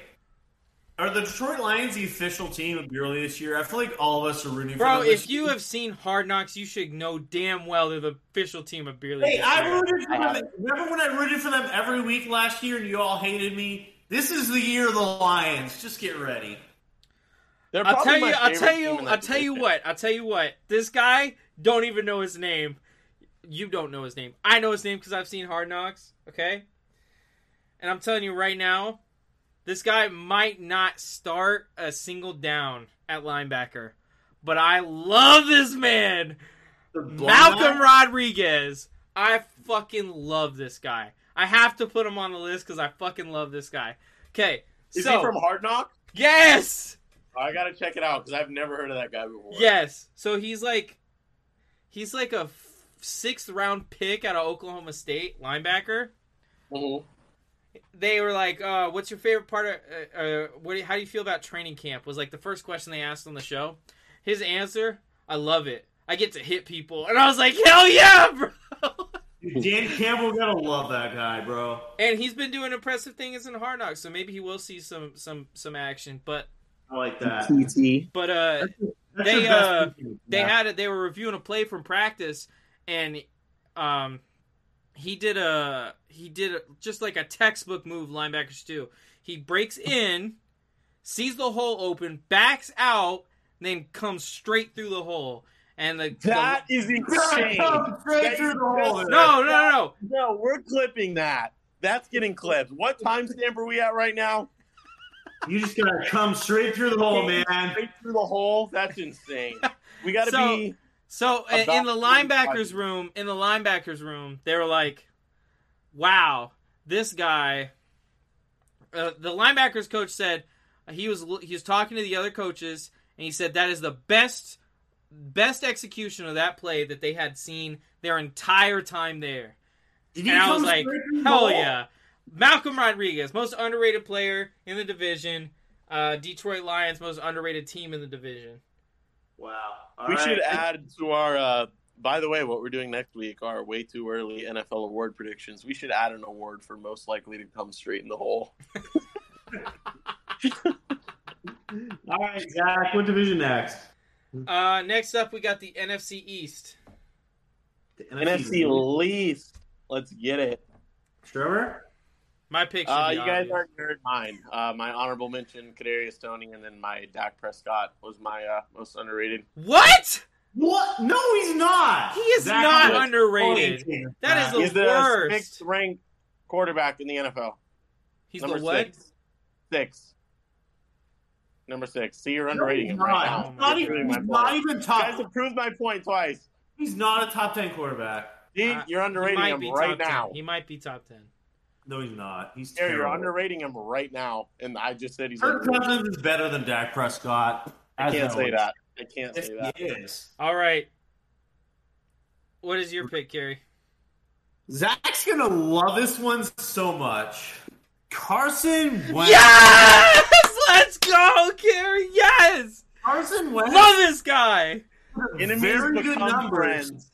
Are the Detroit Lions the official team of Beerly this year? I feel like all of us are rooting Bro, for them. if you have seen Hard Knocks, you should know damn well they're the official team of beer league. Hey, this I year. rooted for I them. haven't. Remember when I rooted for them every week last year and you all hated me? This is the year of the Lions. Just get ready. They're I'll probably tell my you. I'll favorite tell team you. in that I'll tell you division. what. I'll tell you what. This guy don't even know his name. You don't know his name. I know his name because I've seen Hard Knocks. Okay, and I'm telling you right now, this guy might not start a single down at linebacker, but I love this man, Malcolm Rodriguez. I fucking love this guy. I have to put him on the list because I fucking love this guy. Okay, Is so he from Hard Knock? yes. I gotta check it out because I've never heard of that guy before. Yes. So he's like, he's like a f- sixth round pick out of Oklahoma State linebacker. Mhm. They were like, uh, "What's your favorite part of? Uh, uh, what? do you- How do you feel about training camp?" Was like the first question they asked on the show. His answer: "I love it. I get to hit people," and I was like, "Hell yeah, bro!" Dude, Dan Campbell gotta love that guy, bro. and he's been doing impressive things in Hard Knocks, so maybe he will see some some some action. But I like that. but uh, That's They, your best uh, team. they Yeah. had it they were reviewing a play from practice and um he did a he did a, just like a textbook move linebackers do he breaks in sees the hole open backs out then comes straight through the hole and the, the- That is uh, insane. Come straight That through is the hole. just- no no no No, we're clipping that. That's getting clipped. What timestamp are we at right now? You just gotta come straight through the hole, man. Straight through the hole. That's insane. We gotta So- be. so in in the About linebackers 45. room in the linebackers room they were like wow this guy uh, the linebackers coach said he was he was talking to the other coaches and he said that is the best best execution of that play that they had seen their entire time there Did and he i come was like straight through the hell hole? yeah malcolm rodriguez most underrated player in the division uh, detroit lions most underrated team in the division Wow. All we should right. add to our. Uh, by the way, what we're doing next week are way too early NFL award predictions. We should add an award for most likely to come straight in the hole. All right, Zach. What division next? uh, next up we got the nfc east The NFC least. Let's get it. Trevor. my pick should Uh, be you guys obvious. already heard mine. Uh, my honorable mention, Kadarius Tony, and then my Dak Prescott was my uh, most underrated. what What? No, he's not. he is Zach not is a underrated totally team. That is Uh, The He's the worst. sixth ranked quarterback in the NFL. he's Number the what six. Six. Number six. See, you're no, underrating he's him right not. now. He's not You're even, doing my he's not point. even You guys top. have proved my point twice. He's not a top ten quarterback. See, Uh, you're He underrating might him be right top 10. now. He might be top ten. No, he's not. He's Here, you're terrible. underrating him right now. And I just said he's Kirk underrated. Cousins is better than Dak Prescott. I as can't say always. that. I can't Yes, say that. he is. All right. What is your pick, Carrie? Zach's gonna love this one so much. Carson Wentz. Yes! Let's go, Carrie. Yes. Carson Wentz. Love this guy. Enemies Very good become numbers. friends.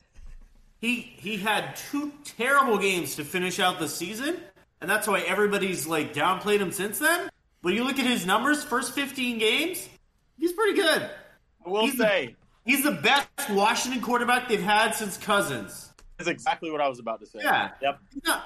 He he had two terrible games to finish out the season, and that's why everybody's like downplayed him since then. But you look at his numbers, first 15 games, he's pretty good. I will He's the- say, He's the best Washington quarterback they've had since Cousins. that's exactly what I was about to say. Yeah. Yep. He's not-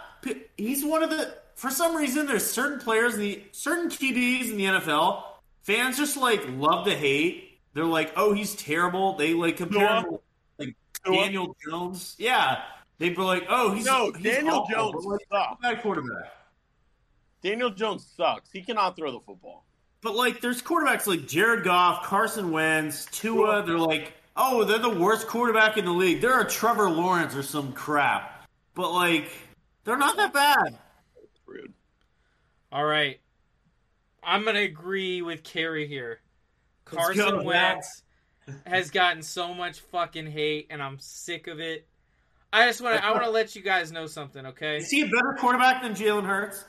He's one of the. For some reason, there's certain players in the certain QBs in the NFL. Fans just like love to hate. They're like, oh, he's terrible. They like compare him to, like Tua. Daniel Jones. Yeah, they'd be like, oh, he's No, he's Daniel awful, Jones but, like, sucks. bad quarterback. Daniel Jones sucks. He cannot throw the football. But like, there's quarterbacks like Jared Goff, Carson Wentz, Tua. Tua. They're like, oh, they're the worst quarterback in the league. They're a Trevor Lawrence or some crap. But like, they're not that bad. Rude. All right. I'm going to agree with Carrie here. Let's Carson go, Wentz has gotten so much fucking hate and I'm sick of it. I just want to I want to let you guys know something, okay? Is he a better quarterback than Jalen Hurts?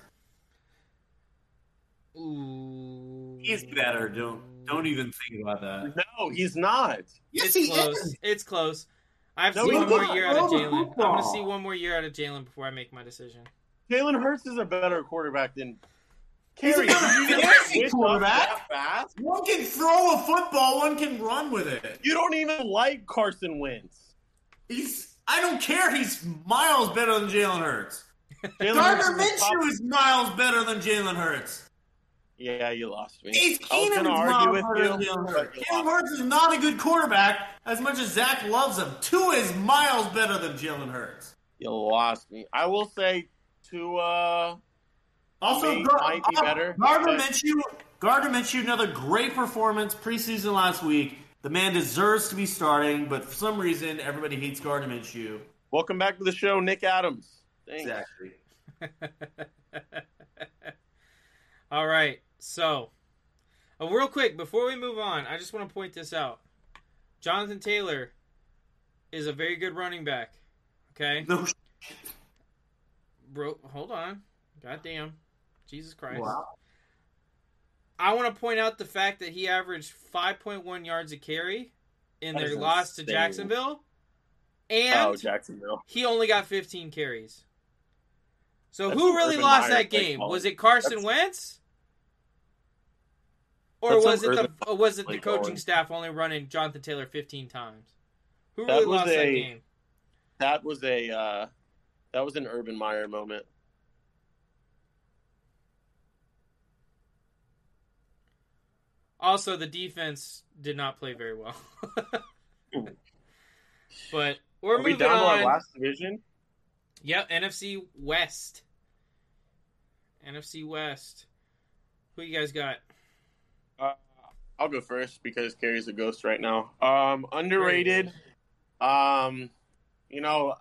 Ooh. He's better. Don't don't even think about that. No, he's not. It's close. It's close. I have to No, see one he's more not. year out of Throw the Jalen. I'm football. going to see one more year out of Jalen before I make my decision. Jalen Hurts is a better quarterback than He's a Carey. better You fantasy switch up that quarterback. fast? One can throw a football. One can run with it. You don't even like Carson Wentz. He's. I don't care. He's miles better than Jalen Hurts. Jalen Gardner Hurts is a top- Minshew is miles better than Jalen Hurts. Yeah, you lost me. He's I was Keenan is gonna miles argue better than with you. Jalen but Hurts. you Jalen lost. Hurts is not a good quarterback. As much as Zach loves him, Tua is miles better than Jalen Hurts. You lost me. I will say to uh Also, May Gar- might be uh, better, Gardner but- Minshew, Gardner Minshew, another great performance preseason last week. The man deserves to be starting, but for some reason, everybody hates Gardner Minshew. welcome back to the show, Nick Adams. Thanks. Exactly. All right. So, uh, real quick before we move on, I just want to point this out. Jonathan Taylor is a very good running back. Okay, No, sh- bro. Hold on. Goddamn. Jesus Christ. wow. I want to point out the fact that he averaged 5.1 yards a carry in That their is loss to insane. Jacksonville, and Oh, Jacksonville. he only got 15 carries. So That's who some really Urban lost Meyer that play game? calling. Was it Carson That's- Wentz? Or That's some was it the Urban or was it the play coaching calling. staff only running Jonathan Taylor 15 times? Who That really was lost that a- game? That was a uh that was an Urban Meyer moment. Also, the defense did not play very well. but we're Are we moving down on. to our last division? Yep, NFC West. NFC West. Who you guys got? Uh, I'll go first because Carrie's a ghost right now. Um, underrated. Um, you know,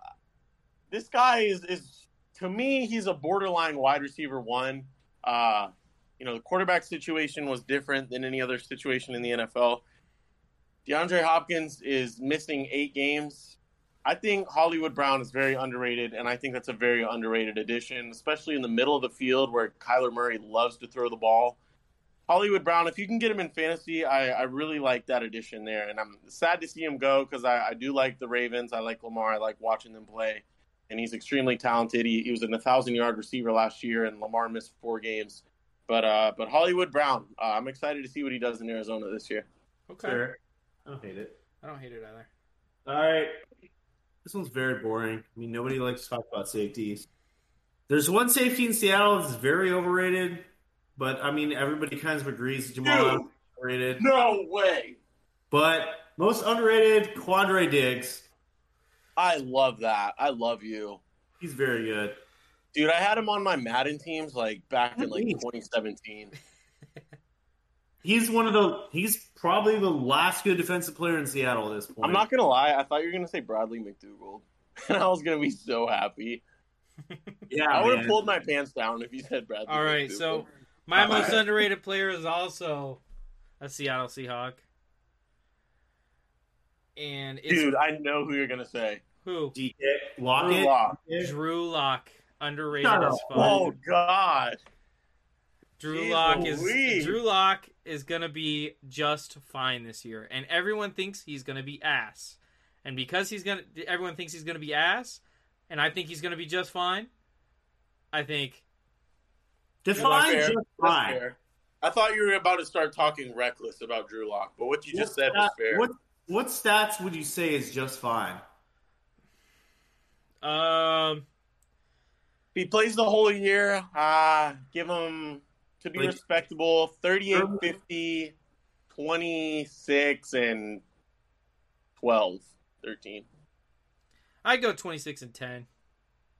this guy is is to me he's a borderline wide receiver one. Uh, you know, the quarterback situation was different than any other situation in the NFL. DeAndre Hopkins is missing eight games. I think Hollywood Brown is very underrated, and I think that's a very underrated addition, especially in the middle of the field where Kyler Murray loves to throw the ball. Hollywood Brown, if you can get him in fantasy, I, I really like that addition there. And I'm sad to see him go because I, I do like the Ravens. I like Lamar. I like watching them play. And he's extremely talented. He, he was an 1,000 yard receiver last year, and Lamar missed four games. But uh, but Hollywood Brown, uh, I'm excited to see what he does in Arizona this year. Okay. Sure. I don't hate it. I don't hate it either. All right. This one's very boring. I mean, nobody likes to talk about safeties. There's one safety in Seattle that's very overrated, but I mean, everybody kind of agrees that Jamal Dude. Adams is overrated. No way. But most underrated, Quandre Diggs. I love that. I love you. He's very good. Dude, I had him on my Madden teams like back in like Nice. 2017. He's one of the. He's probably the last good defensive player in Seattle at this point. I'm not gonna lie. I thought you were gonna say Bradley McDougal, and I was gonna be so happy. Yeah, I would have man. pulled my pants down if you said Bradley. All right, Cooper. so my Bye-bye. most underrated player is also a Seattle Seahawk. And it's dude, I know who you're gonna say. Who? DK Lockett. Lock. Drew Lock. Underrated Shut as up. fuck. Oh God! Drew Jeez Lock is Louise. Drew Lock is gonna be just fine this year, and everyone thinks he's gonna be ass. And because he's gonna, everyone thinks he's gonna be ass, and I think he's gonna be just fine. I think Define That's just That's fine. fair. I thought you were about to start talking reckless about Drew Lock, but what you just said was What- fair. What what stats would you say is just fine? um, He plays the whole year. Uh, give him to be Like- respectable 38, 50, 26, and 12, 13. I'd go twenty six and ten,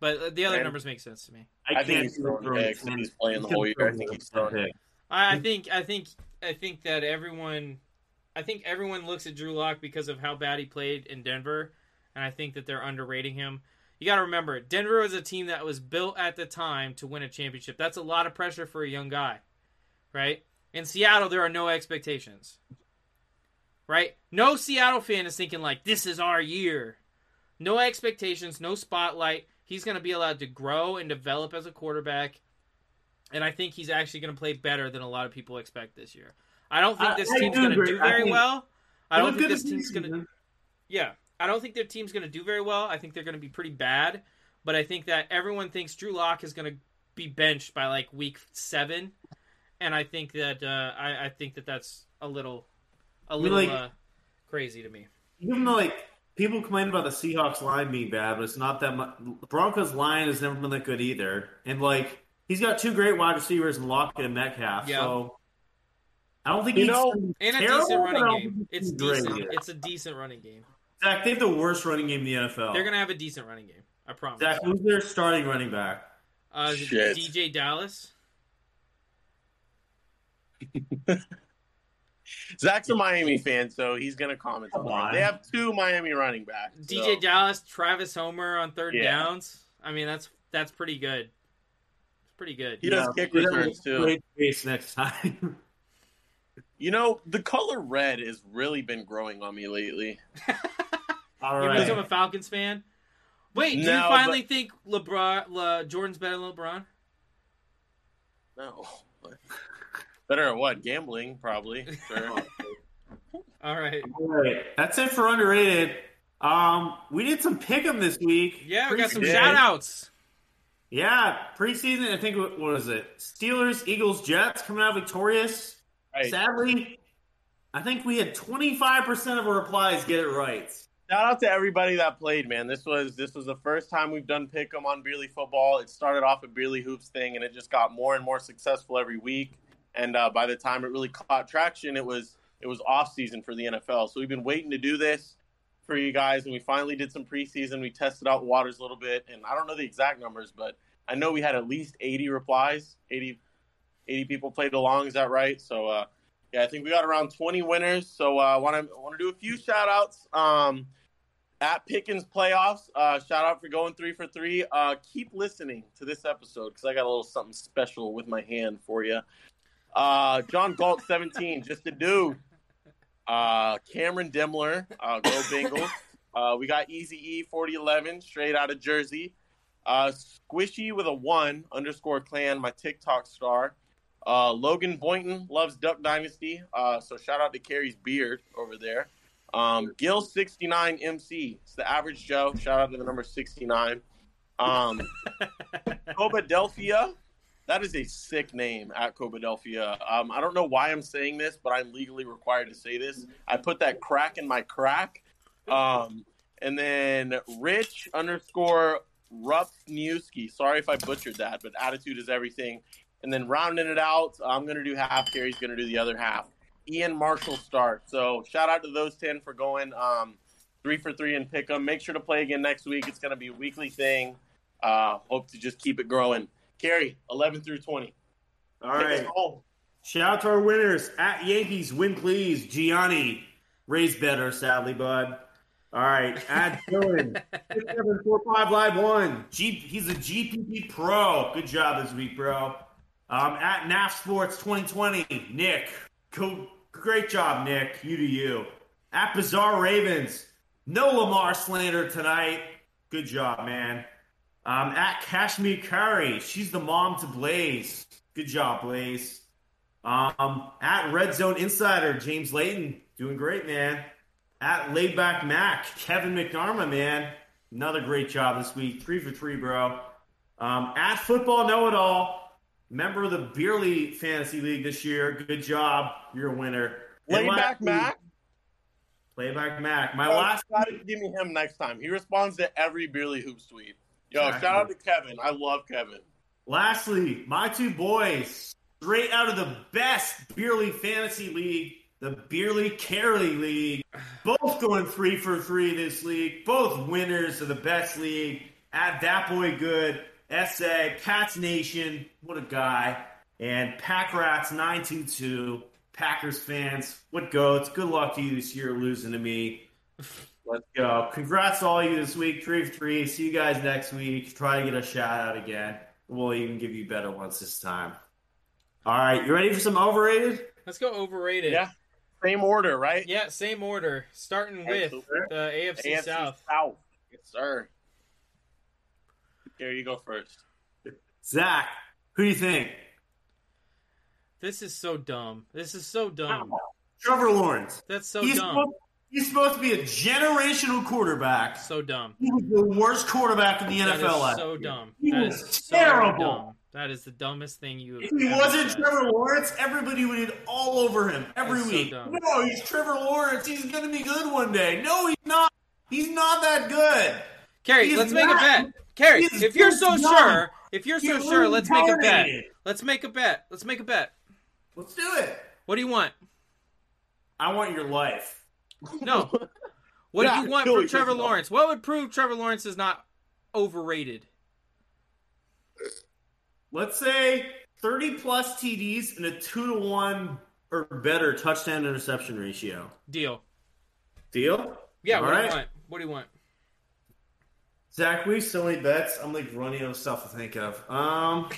but uh, the other Man. numbers make sense to me. I think he's throwing picks and he's playing the whole year. I think he's throwing I, I think I think I think that everyone I think everyone looks at Drew Lock because of how bad he played in Denver, and I think that they're underrating him. You got to remember, Denver was a team that was built at the time to win a championship. That's a lot of pressure for a young guy, right? In Seattle, there are no expectations, right? No Seattle fan is thinking like, "This is our year." No expectations, no spotlight. He's going to be allowed to grow and develop as a quarterback and I think he's actually going to play better than a lot of people expect this year. I don't think I- this I team's do going to agree. do I very think- well. I don't think this team's going to. Yeah, I don't think their team's going to do very well. I think they're going to be pretty bad. But I think that everyone thinks Drew Lock is going to be benched by like week seven, and I think that uh, I, I think that that's a little, a mean, little like- uh, crazy to me. Even though like people complain about the Seahawks line being bad, but it's not that much. Broncos line has never been that good either. And like he's got two great wide receivers in Lockett and Metcalf. Yeah. So I don't think You he's know- And a Terrible, decent but I running don't game. think It's he's great decent. either. It's a decent running game. Zach, they have the worst running game in the Oh. NFL. They're going to have a decent running game. I promise. Zach, who's their starting running back? Uh, is it Shit. DJ Dallas. Zach's a Miami fan, so he's going to comment Come on on. it. They have two Miami running backs. DJ so- Dallas, Travis Homer on third Yeah. downs. I mean, that's that's pretty good. It's pretty good. He does kick we have returns, a too. Great face next time. You know, the color red has really been growing on me lately. All You right. realize I'm a Falcons fan. Wait, do you No, finally think LeBron, Le, Jordan's better than LeBron? No. Better at what? Gambling, probably. Sure. All right. All right. That's it for underrated. Um, we did some pick 'em this week. Yeah, we got some Preseason. Yeah. shout outs. Yeah, preseason. I think what was it? Steelers, Eagles, Jets coming out victorious. Right. Shout Sadly, I think we had twenty five percent of our replies get it right. out to everybody that played, man. This was this was the first time we've done pick'em on Beerly football. It started off a Beerly hoops thing, and it just got more and more successful every week. And uh, by the time it really caught traction, it was it was off season for the NFL. So we've been waiting to do this for you guys, and we finally did some preseason. We tested out waters a little bit, and I don't know the exact numbers, but I know we had at least 80 replies. 80, 80 people played along. Is that right? So uh, yeah, I think we got around 20 winners. So uh, I want to want to do a few shout outs. Um, at Pickens Playoffs, uh, shout out for going three for three. Uh, keep listening to this episode because I got a little something special with my hand for you. Uh, John Galt, 17, just a dude. Uh, Cameron Dimler, uh, go Bengals. Uh, we got Easy E, 4011, straight out of Jersey. Uh, Squishy with a one underscore clan, my TikTok star. Uh, Logan Boynton loves Duck Dynasty. Uh, so shout out to Carrie's beard over there. Um, Gil 69 MC. It's the average Joe. Shout out to the number 69. Um, Cobadelphia. That is a sick name at Cobadelphia. Um, I don't know why I'm saying this, but I'm legally required to say this. I put that crack in my crack. Um, and then Rich underscore Rupniewski. Sorry if I butchered that, but attitude is everything. And then rounding it out, I'm going to do half. Carrie's going to do the other half. Ian Marshall start. So shout out to those 10 for going um, three for three and pick them. Make sure to play again next week. It's going to be a weekly thing. Uh, hope to just keep it growing. Carrie, 11 through 20. All Take us right. home. Shout out to our winners at Yankees. Win please, Gianni. Raise better, sadly, bud. All right, at Dylan six seven four five live one. G, he's a GPP pro. Good job this week, bro. Um, at NAF Sports 2020, Nick. Go, great job, Nick. You to you. At Bizarre Ravens, No Lamar slander tonight. Good job, man. Um, at Kashmir Curry, she's the mom to Blaze. Good job, Blaze. Um, at Red Zone Insider, James Layton, doing great, man. At Laidback Mac, Kevin McDermott, man, another great job this week, three for three, bro. Um, at Football Know It All, member of the Beer League Fantasy League this year. Good job, you're a winner. And Layback lastly, Mac. Playback Mac. My Oh, last shout out to give me him next time. He responds to every Beerly Hoops tweet. Yo, Exactly. shout out to Kevin. I love Kevin. Lastly, my two boys, straight out of the best Beerly Fantasy League, the Beerly Carely League, both going three for three this league, both winners of the best league. At that boy good, SA, Pats Nation, what a guy, and Pack Rats 922, Packers fans, what goats. Good luck to you this year losing to me. Let's go. Congrats to all you this week. Three for three. See you guys next week. Try to get a shout out again. We'll even give you better ones this time. All right, you ready for some overrated? Let's go overrated. Yeah. Same order, right? Yeah, same order. Starting with Absolutely. the AFC, AFC South. South. Yes, sir. Here you go first. Zach, who do you think? This is so dumb. This is so dumb. Trevor Lawrence. That's so he's, dumb. Supposed, he's supposed to be a generational quarterback. So dumb. He was the worst quarterback in the That NFL is last so year. dumb. He That was is terrible. So dumb. That is the dumbest thing you. If he ever wasn't said. Trevor Lawrence, everybody would be all over him every That's so week. dumb. no, he's Trevor Lawrence. He's going to be good one day. No, he's not. He's not that good. Carrie, He's let's make a not- bet. Carrie, he's if you're just so dumb. sure, if you're so He's sure, let's make a bet. retarded. Let's make a bet. Let's make a bet. Let's do it. What do you want? I want your life. No. What Yeah, do you want kill from yourself. Trevor Lawrence? What would prove Trevor Lawrence is not overrated? Let's say 30 plus TDs and a 2 to 1 or better touchdown interception ratio. Deal. Deal? Yeah. All what do right. you want? What do you want? Zach, we have so many bets. I'm like running out of stuff to think of. Um,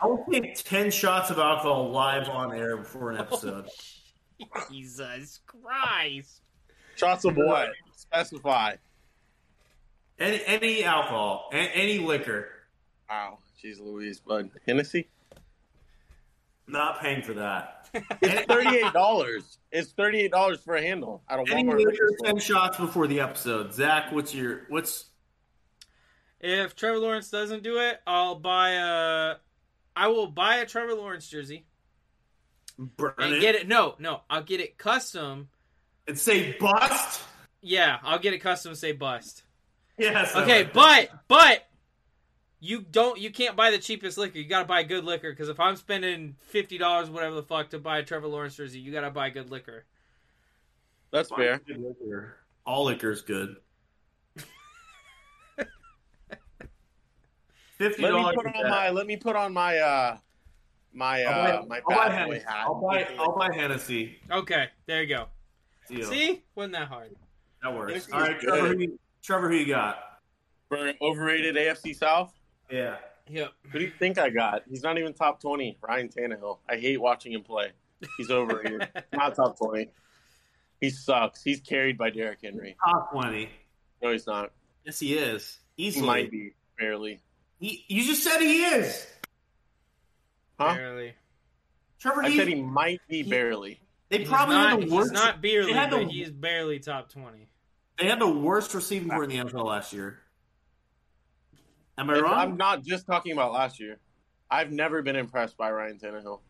I will take 10 shots of alcohol live on air before an Oh. episode. Jesus Christ. Shots of what? Specify. Any, any alcohol, a- any liquor. Wow. Jeez Louise, bud. Hennessy? Not paying for that. It's thirty-eight dollars. It's thirty-eight dollars for a handle at a Any Walmart. liquor, ten liquor shots before the episode. Zach, what's your what's? If Trevor Lawrence doesn't do it, I'll buy a. I will buy a Trevor Lawrence jersey Burn and it. get it. No, no, I'll get it custom. and say bust. Yeah, I'll get it custom. Say bust. Yes. I Okay, like that. but but you don't you can't buy the cheapest liquor. You gotta buy good liquor because if I'm spending fifty dollars, whatever the fuck, to buy a Trevor Lawrence jersey, you gotta buy good liquor. That's fair. Good liquor. All liquor's good. Fifty Let me dollars. put on my let me put on my uh my uh I'll buy, my I'll buy bad boy Hennessy. hat. I'll buy, I'll buy Hennessy. Okay, there you go. Deal. See, wasn't that hard? that works. Hennessy's All right, good. Trevor. Who you, Trevor, who you got? for overrated AFC South. Yeah. Yep. Who do you think I got? He's not even top twenty. Ryan Tannehill. I hate watching him play. He's overrated. not top twenty. He sucks. He's carried by Derrick Henry. Top twenty. No, he's not. Yes, he is. He Easily. might be barely. He- you just said he is. Huh? Barely. Trevor, I he, said he might be He- barely. they He's probably not, had the He's worst. not barely, had the- but he's barely top twenty. they had the worst receiving core in the NFL last year. Am I If- wrong? I'm not just talking about last year. I've never been impressed by Ryan Tannehill.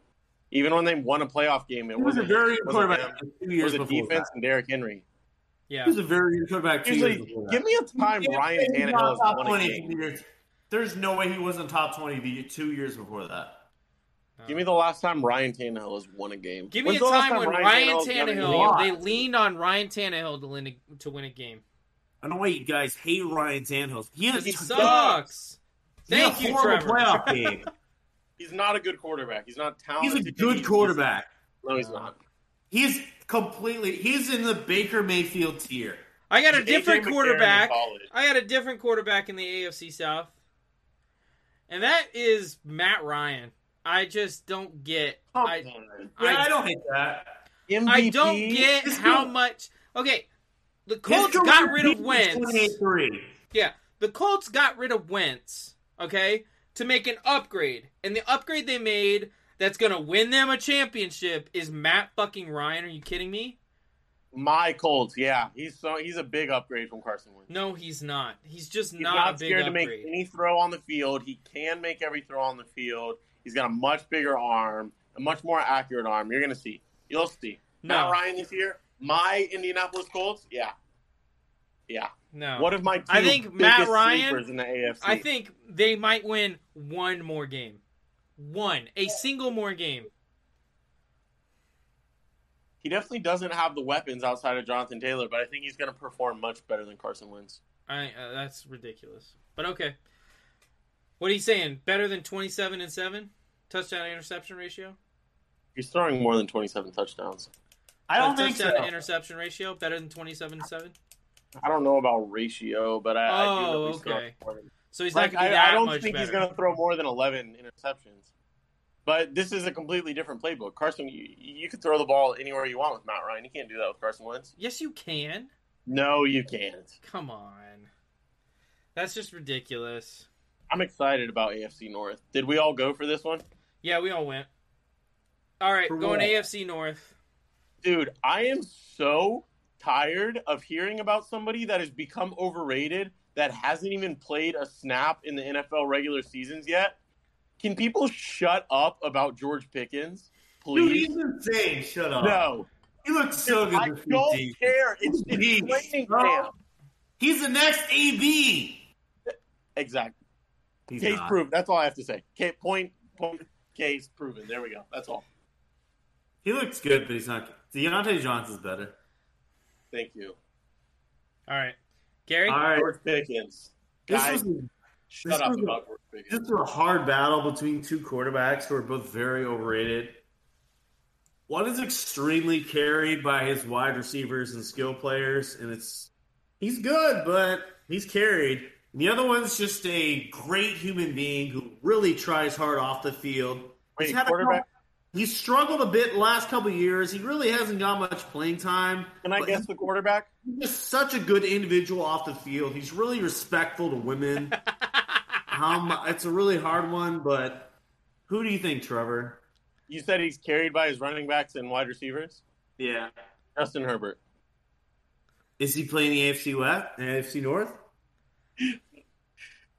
Even when they won a playoff game, it he was a wasn't very good wasn't quarterback him. two It years was a before. defense and Derrick Henry. That. Yeah. He was a very good quarterback two years Usually, before. give That. me a time If Ryan he's Tannehill not has top won a 20 game. two years- There's no way he wasn't top twenty the two years before that. No. Give me the last time Ryan Tannehill has won a game. Uh, Give me When's a the last time, when Ryan Tannehill's won a Tannehill, game? they leaned on Ryan Tannehill to win a, to win a game. I don't know why you guys hate Ryan Tannehill. He, is, He sucks. He had Thank you, a horrible Trevor. playoff game. He's not a good quarterback. He's not He's talented. a good quarterback. No, he's not. He's completely. He's in the Baker Mayfield tier. I got a He's different AJ McCarron in quarterback. college. I got a different quarterback in the AFC South, and that is Matt Ryan. I just don't get. Come I, on. Yeah, I, I, don't hate that. MVP? I don't get This how dude- much. Okay, the Colts His got career rid of peak was Wentz. 23. Yeah, the Colts got rid of Wentz, okay, to make an upgrade. And the upgrade they made that's going to win them a championship is Matt fucking Ryan. Are you kidding me? My Colts, yeah, he's so he's a big upgrade from Carson Wentz. No, he's not. He's just He's not, not, a big scared to upgrade. make any throw on the field. He can make every throw on the field. He's got a much bigger arm, a much more accurate arm. You're gonna see. You'll see. no, Matt Ryan this year, my Indianapolis Colts, yeah, yeah. no. What if my two I think biggest Matt Ryan- sleepers in the AFC? I think they might win one more game. One. A single more game. he definitely doesn't have the weapons outside of Jonathan Taylor, but I think he's gonna perform much better than Carson Wentz. I uh, that's ridiculous. But okay. What are you saying? Better than 27 and 7? Touchdown interception ratio? He's throwing more than 27 touchdowns. I Uh, don't think so. touchdown to interception ratio better than 27 and 7? I don't know about ratio, but I, I do know Oh, he's throwing okay. more than So he's Like, not going to be I, that I don't much think better. he's going to throw more than 11 interceptions. But this is a completely different playbook. Carson, you, you could throw the ball anywhere you want with Matt Ryan. You can't do that with Carson Wentz. Yes, you can. No, you can't. Come on. That's just ridiculous. I'm excited about AFC North. Did we all go for this one? Yeah, we all went. All right, For going what? AFC North. Dude, I am so tired of hearing about somebody that has become overrated that hasn't even played a snap in the NFL regular seasons yet. Can people shut up about George Pickens, Dude, please? he's insane. Shut up. no. He looks so good I this don't week, dude. care. It's, Please, it's training bro. camp. He's the next AB. Exactly. He's case not. proven. That's all I have to say. Ca- Point, point, case proven. There we go. That's all. He looks good, but he's not. Deontay Johnson's better. Thank you. All right. Gary? All right, George Pickens. this Guys, was a shut up was a- about George Pickens. This was a hard battle between two quarterbacks who are both very overrated. One is extremely carried by his wide receivers and skill players, and it's he's good, but he's carried. And the other one's just a great human being who really tries hard off the field. Wait, He's had a quarterback? He struggled a bit last couple of years. He really hasn't got much playing time. Can I but guess the quarterback? He's just such a good individual off the field. He's really respectful to women. Um, it's a really hard one, but who do you think, Trevor? You said he's carried by his running backs and wide receivers. Yeah. Justin Herbert. Is he playing the AFC West? AFC North?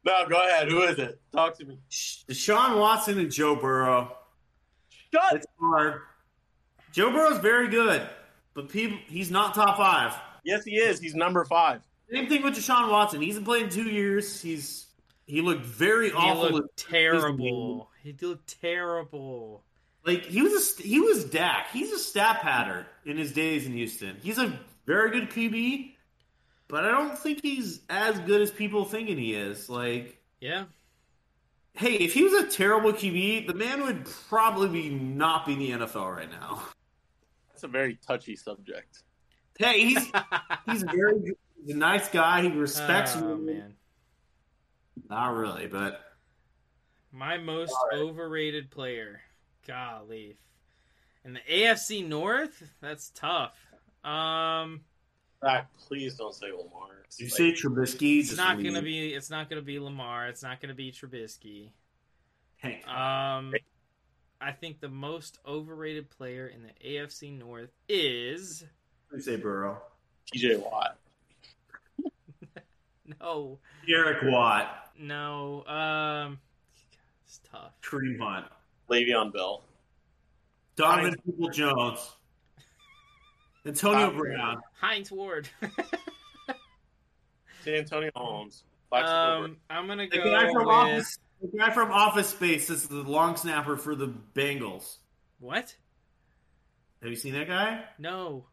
No, go ahead. Who is it? Talk to me. Sh- Deshaun Watson and Joe Burrow. Shut. It's hard. Joe Burrow's very good, but people, he's not top five. Yes, he is. He's number five. Same thing with Deshaun Watson. He's been playing two years. He's he looked very he awful. looked terrible. He looked terrible. like he was a, st- he was Dak. He's a stat pattern in his days in Houston. He's a very good QB, but I don't think he's as good as people thinking he is. Like, Yeah. hey, if he was a terrible QB, the man would probably be not be in the NFL right now. That's a very touchy subject. Hey, he's he's very good. He's a nice guy. He respects oh, women. man. Not really, but My most overrated player. Golly. In the AFC North? That's tough. Um Zach, please don't say Lamar. It's you like- say Trubisky, it's not gonna be it's not gonna be Lamar. It's not gonna be Trubisky. Hey, Um I think the most overrated player in the AFC North is you say Burrow, T.J. Watt. no Derek Watt, no um it's tough. Kareem Hunt, Le'Veon Bell. Donovan People Jones, Antonio Brown. Heinz Ward. San Antonio Holmes. Plaxico Burress. um I'm gonna The go guy from with Office. The guy from Office Space is the long snapper for the Bengals. what? Have you seen that guy? No.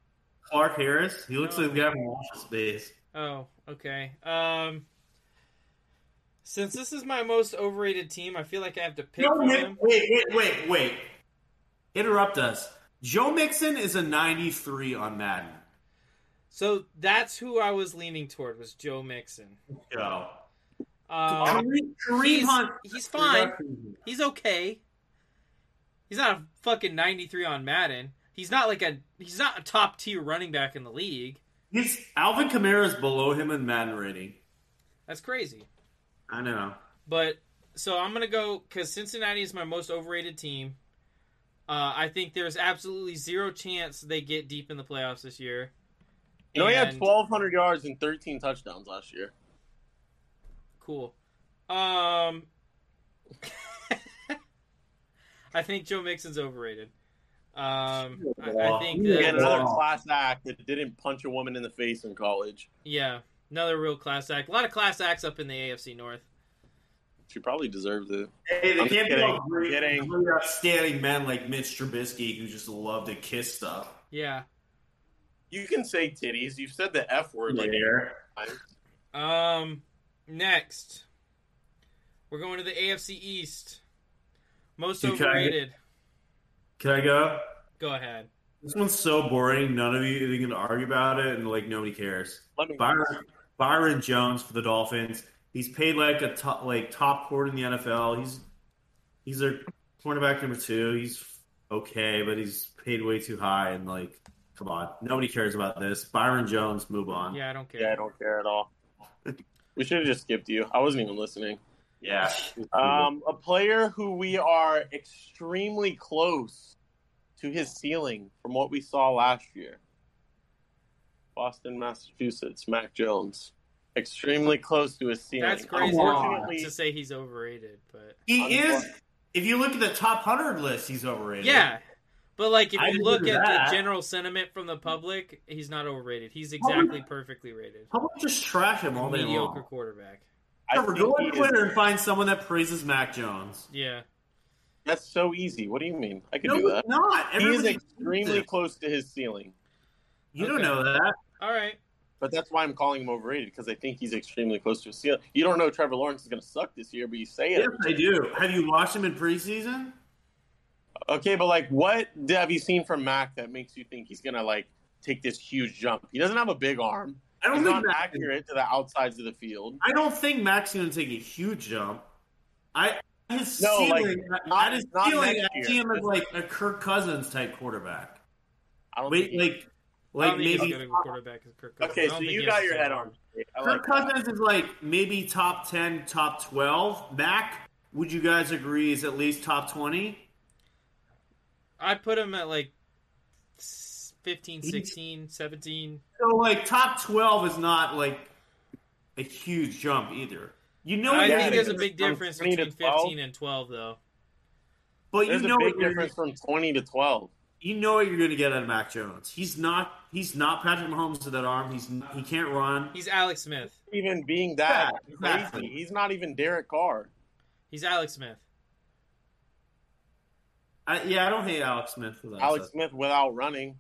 Clark Harris. He looks No. like the guy from Office Space. Oh, okay. Um, since this is my most overrated team, I feel like I have to pick Joe one. Mix- wait, wait, wait, wait. Interrupt us. Joe Mixon is a 93 on Madden. So that's who I was leaning toward was Joe Mixon. Joe. Um, Kareem, Kareem he's, Hunt. he's fine. He's okay. He's not a fucking ninety three on Madden. He's not like a he's not a top tier running back in the league. He's Alvin Kamara's below him in Madden rating. That's crazy. I know. But so I'm gonna go because Cincinnati is my most overrated team. Uh, I think there's absolutely zero chance they get deep in the playoffs this year. He only had And- 1,200 yards and 13 touchdowns last year. Cool. Um, I think Joe Mixon's overrated. Um, I, I think Yeah. Again, that, another Wow. class act that didn't punch a woman in the face in college. yeah, another real class act. A lot of class acts up in the AFC North. She probably deserved it. Hey, they I'm can't kidding. be all great, Kidding. great outstanding men like Mitch Trubisky who just love to kiss stuff. Yeah. You can say titties. You've said the F word like There. Um, next, we're going to the AFC East. Most Okay. overrated. Can I go? Go ahead. This one's so boring. None of you even going to argue about it, and like nobody cares. let me Byron, Byron Jones for the Dolphins. He's paid like a top, like top quarter in the NFL. He's he's their cornerback number two. He's okay, but he's paid way too high. And like, come on, nobody cares about this. Byron Jones, move on. Yeah, I don't care. Yeah, I don't care at all. we should have just skipped you. I wasn't even listening. yeah. Um, a player who we are extremely close to his ceiling from what we saw last year. Boston, Massachusetts, Mac Jones. Extremely close to his ceiling. That's crazy Unfortunately, to say he's overrated, but he is. If you look at the top hundred list, he's overrated. yeah. But like, if I you agree look with at that. the general sentiment from the public, he's not overrated. He's exactly perfectly rated. How about just trash him all day Mediocre long? quarterback. I Trevor, go think on he Twitter is- and find someone that praises Mac Jones. Yeah, that's so easy. What do you mean? I could No, do that. it's not. He is Everybody- extremely close to his ceiling, You don't Okay. know that. all right. but that's why I'm calling him overrated because I think he's extremely close to his ceiling. You don't know Trevor Lawrence is going to suck this year, but you say it. Yes, I do. Have you watched him in preseason? Okay, but like, what d- have you seen from Mac that makes you think he's gonna like take this huge jump? He doesn't have a big arm. I don't He's not think Mac accurate to the outsides of the field. I don't think Mac's going to take a huge jump. I his No, like, ceiling, not- at his not ceiling, next I year. see him as like a Kirk Cousins type quarterback. I don't Wait, think like, I like don't think maybe he's a good quarterback as Kirk Cousins. I okay, don't so think you he has got the your same head arm. on. straight. I like Kirk that. Cousins is like maybe top ten, top twelve. Mac, would you guys agree is at least top twenty? I put him at like s- 15, He's- 16, 17. So like top twelve is not like a huge jump either. You know, I what you're think that there's a is. big From difference 20 to between 12. 15 and 12, though. but you There's know a big what you're- difference from twenty to twelve. you know what you're going to get out of Mac Jones. He's not he's not Patrick Mahomes with that arm. He's not, he can't run. He's Alex Smith. Even being that Yeah, exactly. crazy, he's not even Derek Carr. He's Alex Smith. I, yeah, I don't hate Alex Smith for that. Alex stuff. Smith without running,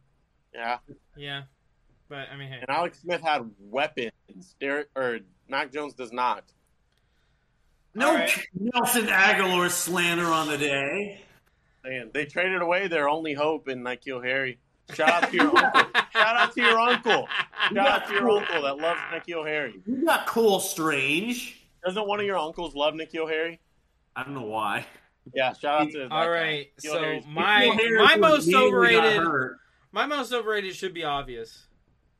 yeah. Yeah, but I mean, hey, And Alex Smith had weapons. Derek or Mac Jones does not. no All right. Nelson Aguilar slander on the day. Man, they traded away their only hope in Nikhil Harry. Shout out to your uncle. Shout out to your uncle. Shout out to your uncle that loves Nicky O'Harry. You got cool strange. Doesn't one of your uncles love Nicky O'Harry? I don't know why. Yeah, shout out to. that All guy. right, Nikhil so Harry's- my Harris my was most immediately got overrated hurt my most overrated should be obvious.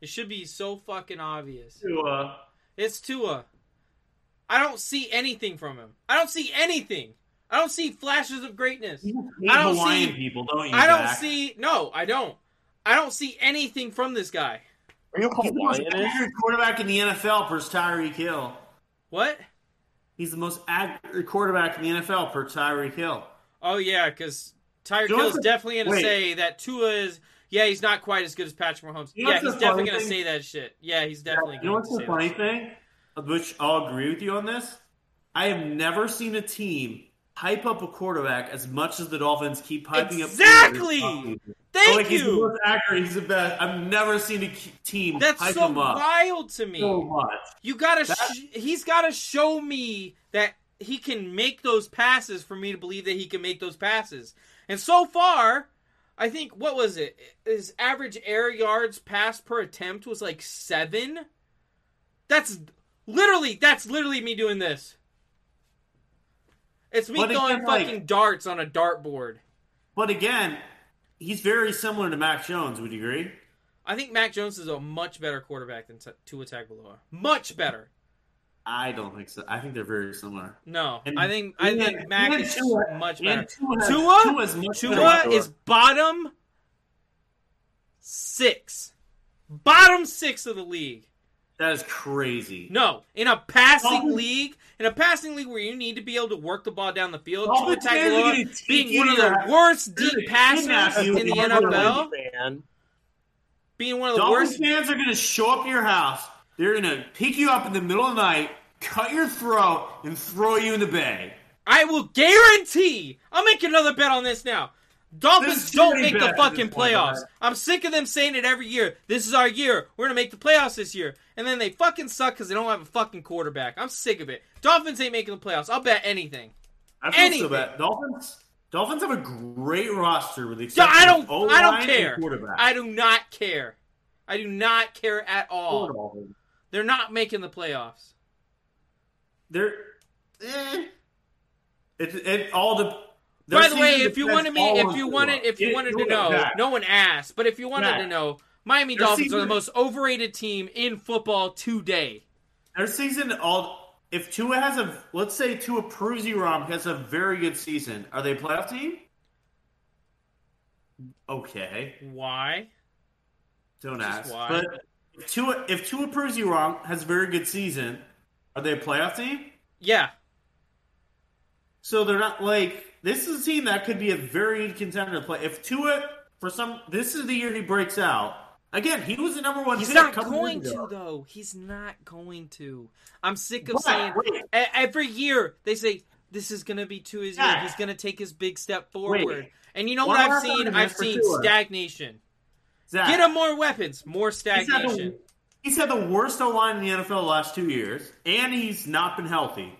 It should be so fucking obvious. to, uh, It's Tua. I don't see anything from him. I don't see anything. I don't see flashes of greatness. you hate I don't Hawaiian see- people, don't you? I don't Zach? see no, I don't. I don't see anything from this guy. Are you He's the most Hawaiian? accurate quarterback in the NFL per Tyreek Hill. What? He's the most accurate quarterback in the NFL per Tyreek Hill. Oh yeah, because Tyreek You know Hill's what's the- definitely gonna wait. say that Tua is. Yeah, he's not quite as good as Patrick Mahomes. You know yeah, what's he's the definitely funny gonna thing? say that shit. Yeah, he's definitely You know going what's to the say that. funny shit. thing? Which I'll agree with you on this. I have never seen a team hype up a quarterback as much as the Dolphins keep hyping Exactly! up. Exactly. Thank like, He's the you. most accurate. He's the best. I've never seen a k- team That's hype so him up wild to me. so much. You gotta, That- sh- he's gotta show me that he can make those passes for me to believe that he can make those passes. And so far, I think what was it? His average air yards pass per attempt was like seven. That's literally, that's literally me doing this. It's me But throwing again, like- fucking darts on a dartboard. But again, he's very similar to Mac Jones. Would you agree? I think Mac Jones is a much better quarterback than T- Tua Tagovailoa. Much better. I don't think so. I think they're very similar. No, And I think I Ian- think Mac Ian is Tua- much better. And Tua, Tua? Tua's much Tua better. Sure. is bottom six, bottom six of the league. That is crazy. No, in a passing Dolphins- league, in a passing league where you need to be able to work the ball down the field, Tua Dolphins fans are Tagovailoa gonna take being you one to of the your- worst they're deep gonna kidnap passers you in the if you're a NFL, Man. being one of the Dolphins worst. fans are going to show up to your house. They're going to pick you up in the middle of the night, cut your throat, and throw you in the bay. I will guarantee. I'll make another bet on this now. This Dolphins is don't pretty make bad the at this fucking point, playoffs. right? I'm sick of them saying it every year. This is our year. We're gonna make the playoffs this year, and then they fucking suck because they don't have a fucking quarterback. I'm sick of it. Dolphins ain't making the playoffs. I'll bet anything. I feel Anything. so bad. Dolphins. Dolphins have a great roster with the So exception I don't. of O-line I don't and care. Quarterback. I do not care. I do not care at Poor all. Dolphins. They're not making the playoffs. They're. Eh. It, it all the. By the way, if you wanted me, if you wanted, if you wanted to know, no one asked, but if you wanted to Zach. know, Miami Their Dolphins are the season- most overrated team in football today. Their season, all if Tua has a let's say Tua Pruzzirom has a very good season, are they a playoff team? Okay, Why? don't Just ask. why? But if Tua if Tua Pruzzirom has a very good season, are they a playoff team? Yeah, So they're not like this is a team that could be a very good contender to play. If Tua for some this is the year he breaks out. Again, he was the number one. he's pick a not couple years going ago. to though. He's not going to. I'm sick of But, saying wait. e- every year they say this is going to be two his year. Yeah. He's going to take his big step forward. And you know One what I've last seen? argument I've for seen Tua. stagnation. Zach, Get him more weapons, more He's had, stagnation. the, he's had the worst O line in the NFL the last two years, and he's not been healthy.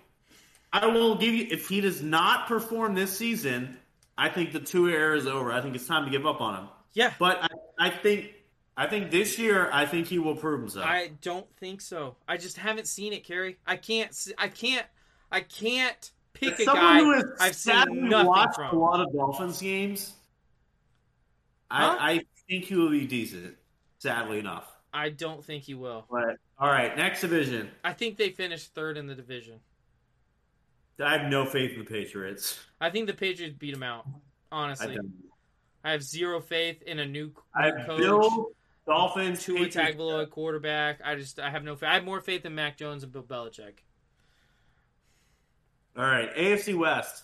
I will give you if he does not perform this season, I think the two era is over. I think it's time to give up on him. Yeah, But I, I think I think this year I think he will prove himself. I don't think so. I just haven't seen it, Kerry. I can't. s- I can't. I can't pick As a someone guy who has I've sadly seen nothing watched a from. lot of Dolphins games. Huh? I, I think he will be decent, sadly enough. I don't think he will. But all right, next division. I think they finished third in the division. I have no faith in the Patriots. I think the Patriots beat him out. I Honestly, don't. I, have zero faith in a new, I new have coach. Bill, Dolphins, Tua Patriots. Tagovailoa quarterback. I just I have no. fa- I have more faith in Mac Jones and Bill Belichick. All right, AFC West.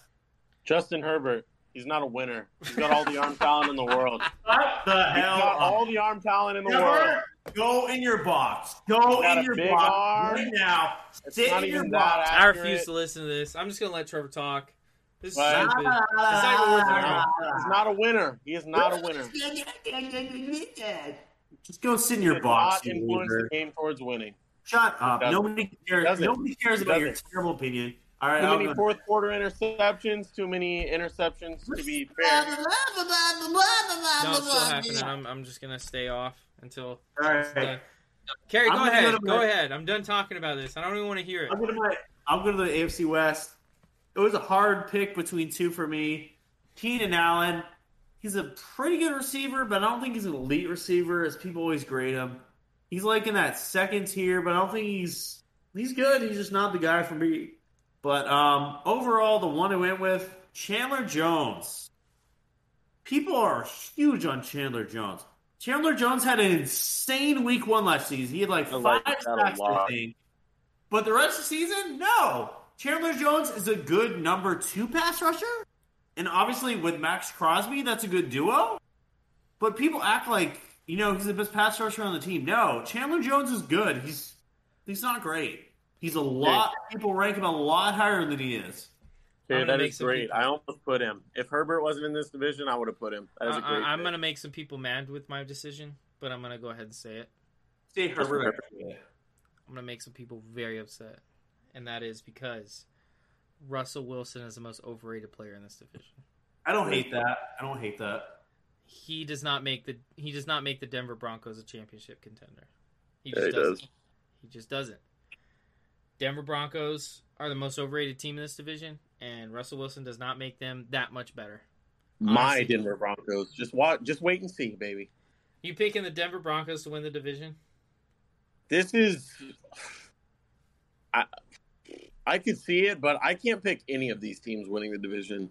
Justin Herbert. He's not a winner. He's got all the arm talent in the world. He's What the got uh, all the arm talent in the world. Never go in your box. Go He's got in a your big box arm. right now. It's Sit not in your even box. that I accurate. refuse to listen to this. I'm just gonna let Trevor talk. This is Right. stupid. Ah, It's not even worth hearing. He's not a winner. He is not a winner. He Just go sit in does your box. Not influence the game towards winning. Shut up. doesn't. Nobody cares. doesn't. Nobody cares He about your doesn't. terrible opinion. All right, Too I'll many go- fourth quarter interceptions. Too many interceptions. To be fair, No, it's still happening. I'm, I'm just gonna stay off until. all Uh, right. Carrie, I'm go gonna ahead. go to Go, my- ahead. I'm done talking about this. I don't even want to hear it. I'll go to my. I'll go to the AFC West. It was a hard pick between two for me. Keenan Allen. He's a pretty good receiver, but I don't think he's an elite receiver, as people always grade him. He's like in that second tier, but I don't think he's he's good. He's just not the guy for me. But um, overall, the one I went with Chandler Jones. People are huge on Chandler Jones. Chandler Jones had an insane week one last season. He had like I five like that a sacks, I lot. think. But the rest of the season, no. Chandler Jones is a good number two pass rusher. And obviously with Max Crosby, that's a good duo. But people act like, you know, he's the best pass rusher on the team. No, Chandler Jones is good. He's he's not great. He's a lot people rank him a lot higher than he is. I'm Dude, gonna that make is some great. people- I almost put him. If Herbert wasn't in this division, I would have put him. That is a great. I, am pick. Uh-uh, gonna make some people mad with my decision, but I'm gonna go ahead and say it. Say Herbert. I'm gonna make some people very upset, and that is because Russell Wilson is the most overrated player in this division. I don't hate that. I don't hate that. He does not make the he does not make the Denver Broncos a championship contender. He Yeah, just he does. doesn't. He just doesn't. Denver Broncos are the most overrated team in this division, and Russell Wilson does not make them that much better. My Honestly. Denver Broncos. Just watch. Just wait and see, baby. You picking the Denver Broncos to win the division? This is. I, I could see it, but I can't pick any of these teams winning the division.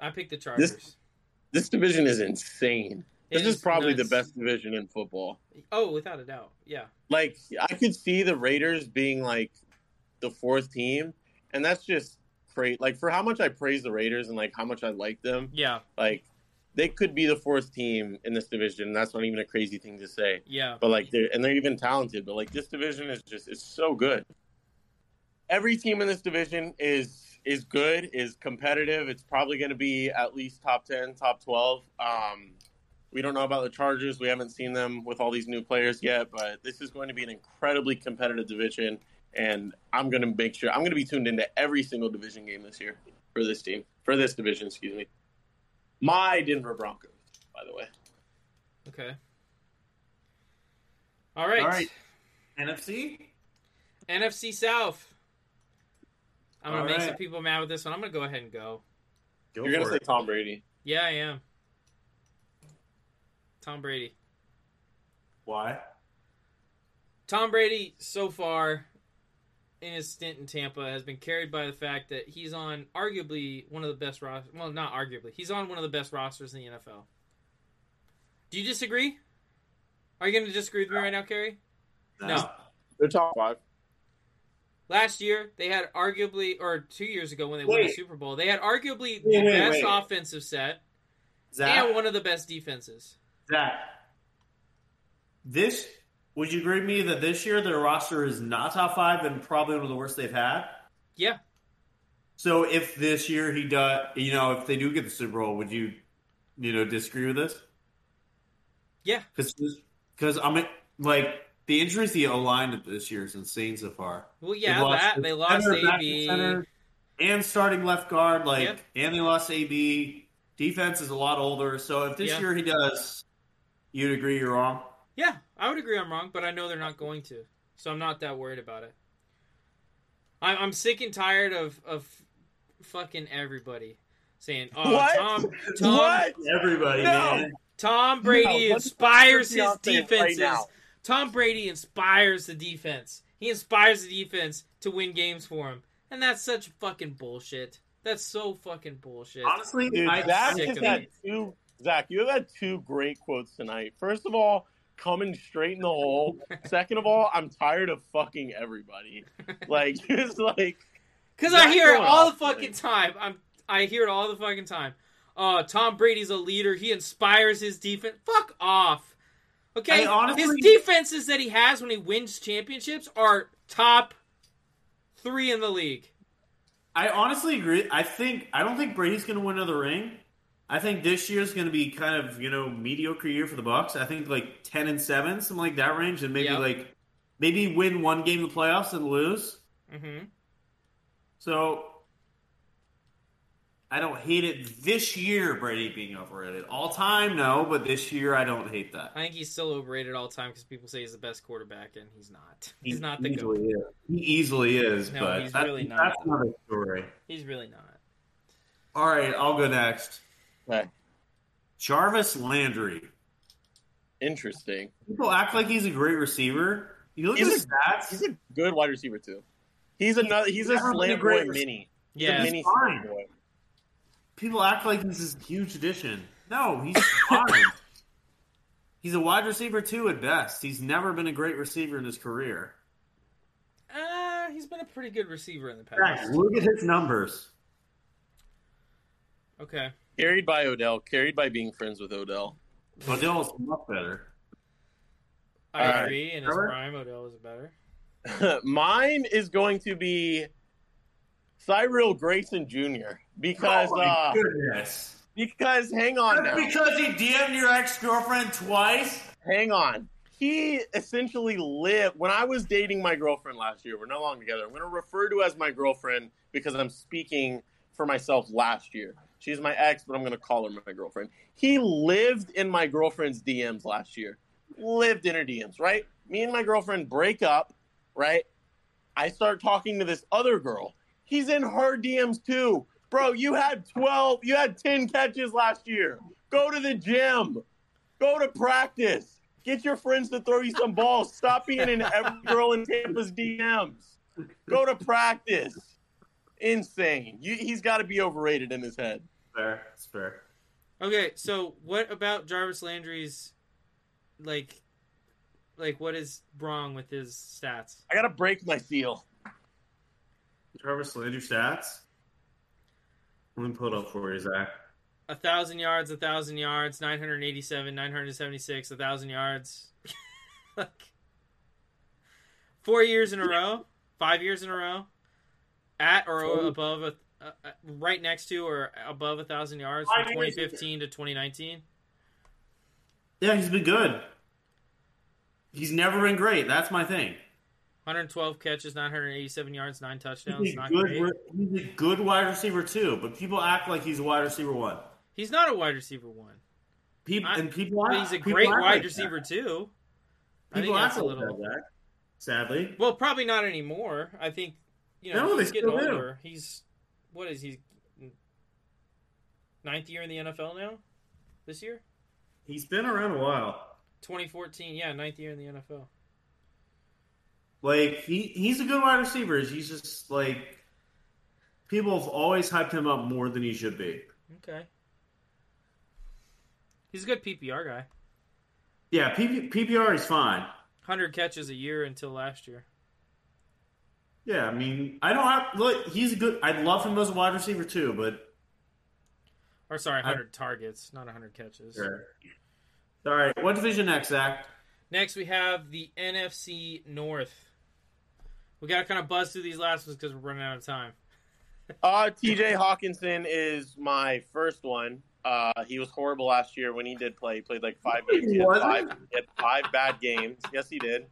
I picked the Chargers. This division is insane. It This is probably nuts. the best division in football. Oh, without a doubt. Yeah. Like I could see the Raiders being like the fourth team, and that's just great. Like for how much I praise the Raiders and like how much I like them, Yeah. like they could be the fourth team in this division. And that's not even a crazy thing to say. Yeah. But like they're and they're even talented. But like this division is just it's so good. Every team in this division is is good, is competitive. It's probably going to be at least top ten, top twelve. Um, we don't know about the Chargers. We haven't seen them with all these new players yet. But this is going to be an incredibly competitive division, and I'm going to make sure I'm going to be tuned into every single division game this year for this team for this division. Excuse me. My Denver Broncos, by the way. Okay. All right. All right. NFC? NFC South. I'm gonna All make right. some people mad with this one. I'm gonna go ahead and go. Go You're going to for say it. Tom Brady. Yeah, I am. Tom Brady. Why? Tom Brady, so far in his stint in Tampa, has been carried by the fact that he's on arguably one of the best rosters. Well, not arguably. He's on one of the best rosters in the NFL. Do you disagree? Are you going to disagree with me right now, Kerry? No. They're top five. Last year, they had arguably, or two years ago when they won the Wait. Super Bowl, they had arguably the Wait, wait, best wait. offensive set Zach, and one of the best defenses. Zach, this, would you agree with me that this year their roster is not top five and probably one of the worst they've had? Yeah, So if this year he does, you know, if they do get the Super Bowl, would you, you know, disagree with this? Yeah. Because I'm like, the injuries he aligned this year is insane so far. well, They yeah, lost that the they lost center, back AB. center, and starting left guard. Like, Yep. and they lost AB. Defense is a lot older. So if this Yeah. year he does, you'd agree you're wrong. Yeah, I would agree I'm wrong, but I know they're not going to, so I'm not that worried about it. I'm, I'm sick and tired of of fucking everybody saying, "Oh, What? Tom, Tom, Everybody, No. man. Tom No, Brady what the inspires fuck his is Beyonce right defenses. now? Tom Brady inspires the defense. He inspires the defense to win games for him, and that's such fucking bullshit. That's so fucking bullshit. Honestly, Dude, I, Zach sick has of had it. two. Zach, you have had two great quotes tonight. First of all, coming straight in the hole. Second of all, I'm tired of fucking everybody. Like it's like Because I Not hear it going all off, the fucking like- time. I'm I hear it all the fucking time. Uh, Tom Brady's a leader. He inspires his defense. Fuck off. Okay, I honestly- his defenses that he has when he wins championships are top three in the league. I honestly agree. I think I don't think Brady's going to win another ring. I think this year's going to be kind of you know mediocre year for the Bucks. I think like ten and seven, something like that range, and maybe Yep. like maybe win one game in the playoffs and lose. Mm-hmm. hmm So I don't hate it this year. Brady being overrated all time, no, but this year I don't hate that. I think he's still overrated all the time because people say he's the best quarterback, and he's not. He's not the he goat. easily is. He easily is, No, but he's that's, really not. that's another story. He's really not. All right, I'll go next. okay, Jarvis Landry. interesting. People act like he's a great receiver. You look at He's his stats. He's a good wide receiver too. He's another. He's a Never been a slam great boy rec- mini. He's Yeah, a mini fine. slam boy. People act like he's this huge addition. No, he's fine. he's a wide receiver too at best. He's never been a great receiver in his career. uh, he's been a pretty good receiver in the Zach, past. look at his numbers. Okay, Carried by Odell. Carried by being friends with Odell. Odell's much better. I All right. agree. And his Trevor? prime Odell is better. Mine is going to be Cyril Grayson Jr. because oh my uh, goodness. because hang on That's now. because he DM'd your ex girlfriend twice. hang on. He essentially lived when I was dating my girlfriend last year. We're no longer together. I'm going to refer to as my girlfriend because I'm speaking for myself last year. She's my ex, but I'm going to call her my girlfriend. He lived in my girlfriend's DMs last year. Lived in her DMs, right? Me and my girlfriend break up, right? I start talking to this other girl. He's in her DMs too. Bro, you had 12, you had 10 catches last year. Go to the gym. Go to practice. Get your friends to throw you some balls. Stop being in every girl in Tampa's DMs. Go to practice. Insane. You, he's got to be overrated in his head. Fair. It's fair. Okay, so what about Jarvis Landry's, like, like what is wrong with his stats? I got to break my seal. Jarvis Landry stats. Let me pull it up for you, Zach. A thousand yards, a thousand yards, nine hundred eighty-seven, nine hundred seventy-six, a thousand yards. like, four years in a row, five years in a row, at or Ooh. above a. Uh, uh, right next to or above a thousand yards Five from years. 2015 to 2019. Yeah, he's been good. He's never been great. That's my thing. 112 catches, 987 yards, nine touchdowns. He's a, Not good, great. he's a good wide receiver too, but people act like he's a wide receiver one. He's not a wide receiver one, People I- and people. but act- he's a people great act wide like receiver too. That. I People think act that's a like little. that, Zach. Sadly, Well, probably not anymore. I think you know No, he's they getting still do. older. He's what is he? Ninth year in the NFL now. This year, he's been around a while. 2014. Yeah, ninth year in the NFL. Like he, he's a good wide receiver. He's just like people have always hyped him up more than he should be. Okay. He's a good PPR guy. Yeah, PP, PPR is fine. 100 catches a year until last year. Yeah, I mean, I don't have look. He's a good. I love him as a wide receiver too, but Or sorry, I- 100 targets, not 100 catches. all right. What division next, Zach? Next, we have the NFC North. We got to kind of buzz through these last ones because we're running out of time. Uh, TJ Hawkinson is my first one. Uh, he was horrible last year when he did play. He played like five He games. He had five, wasn't. he had five bad games. Yes, he did.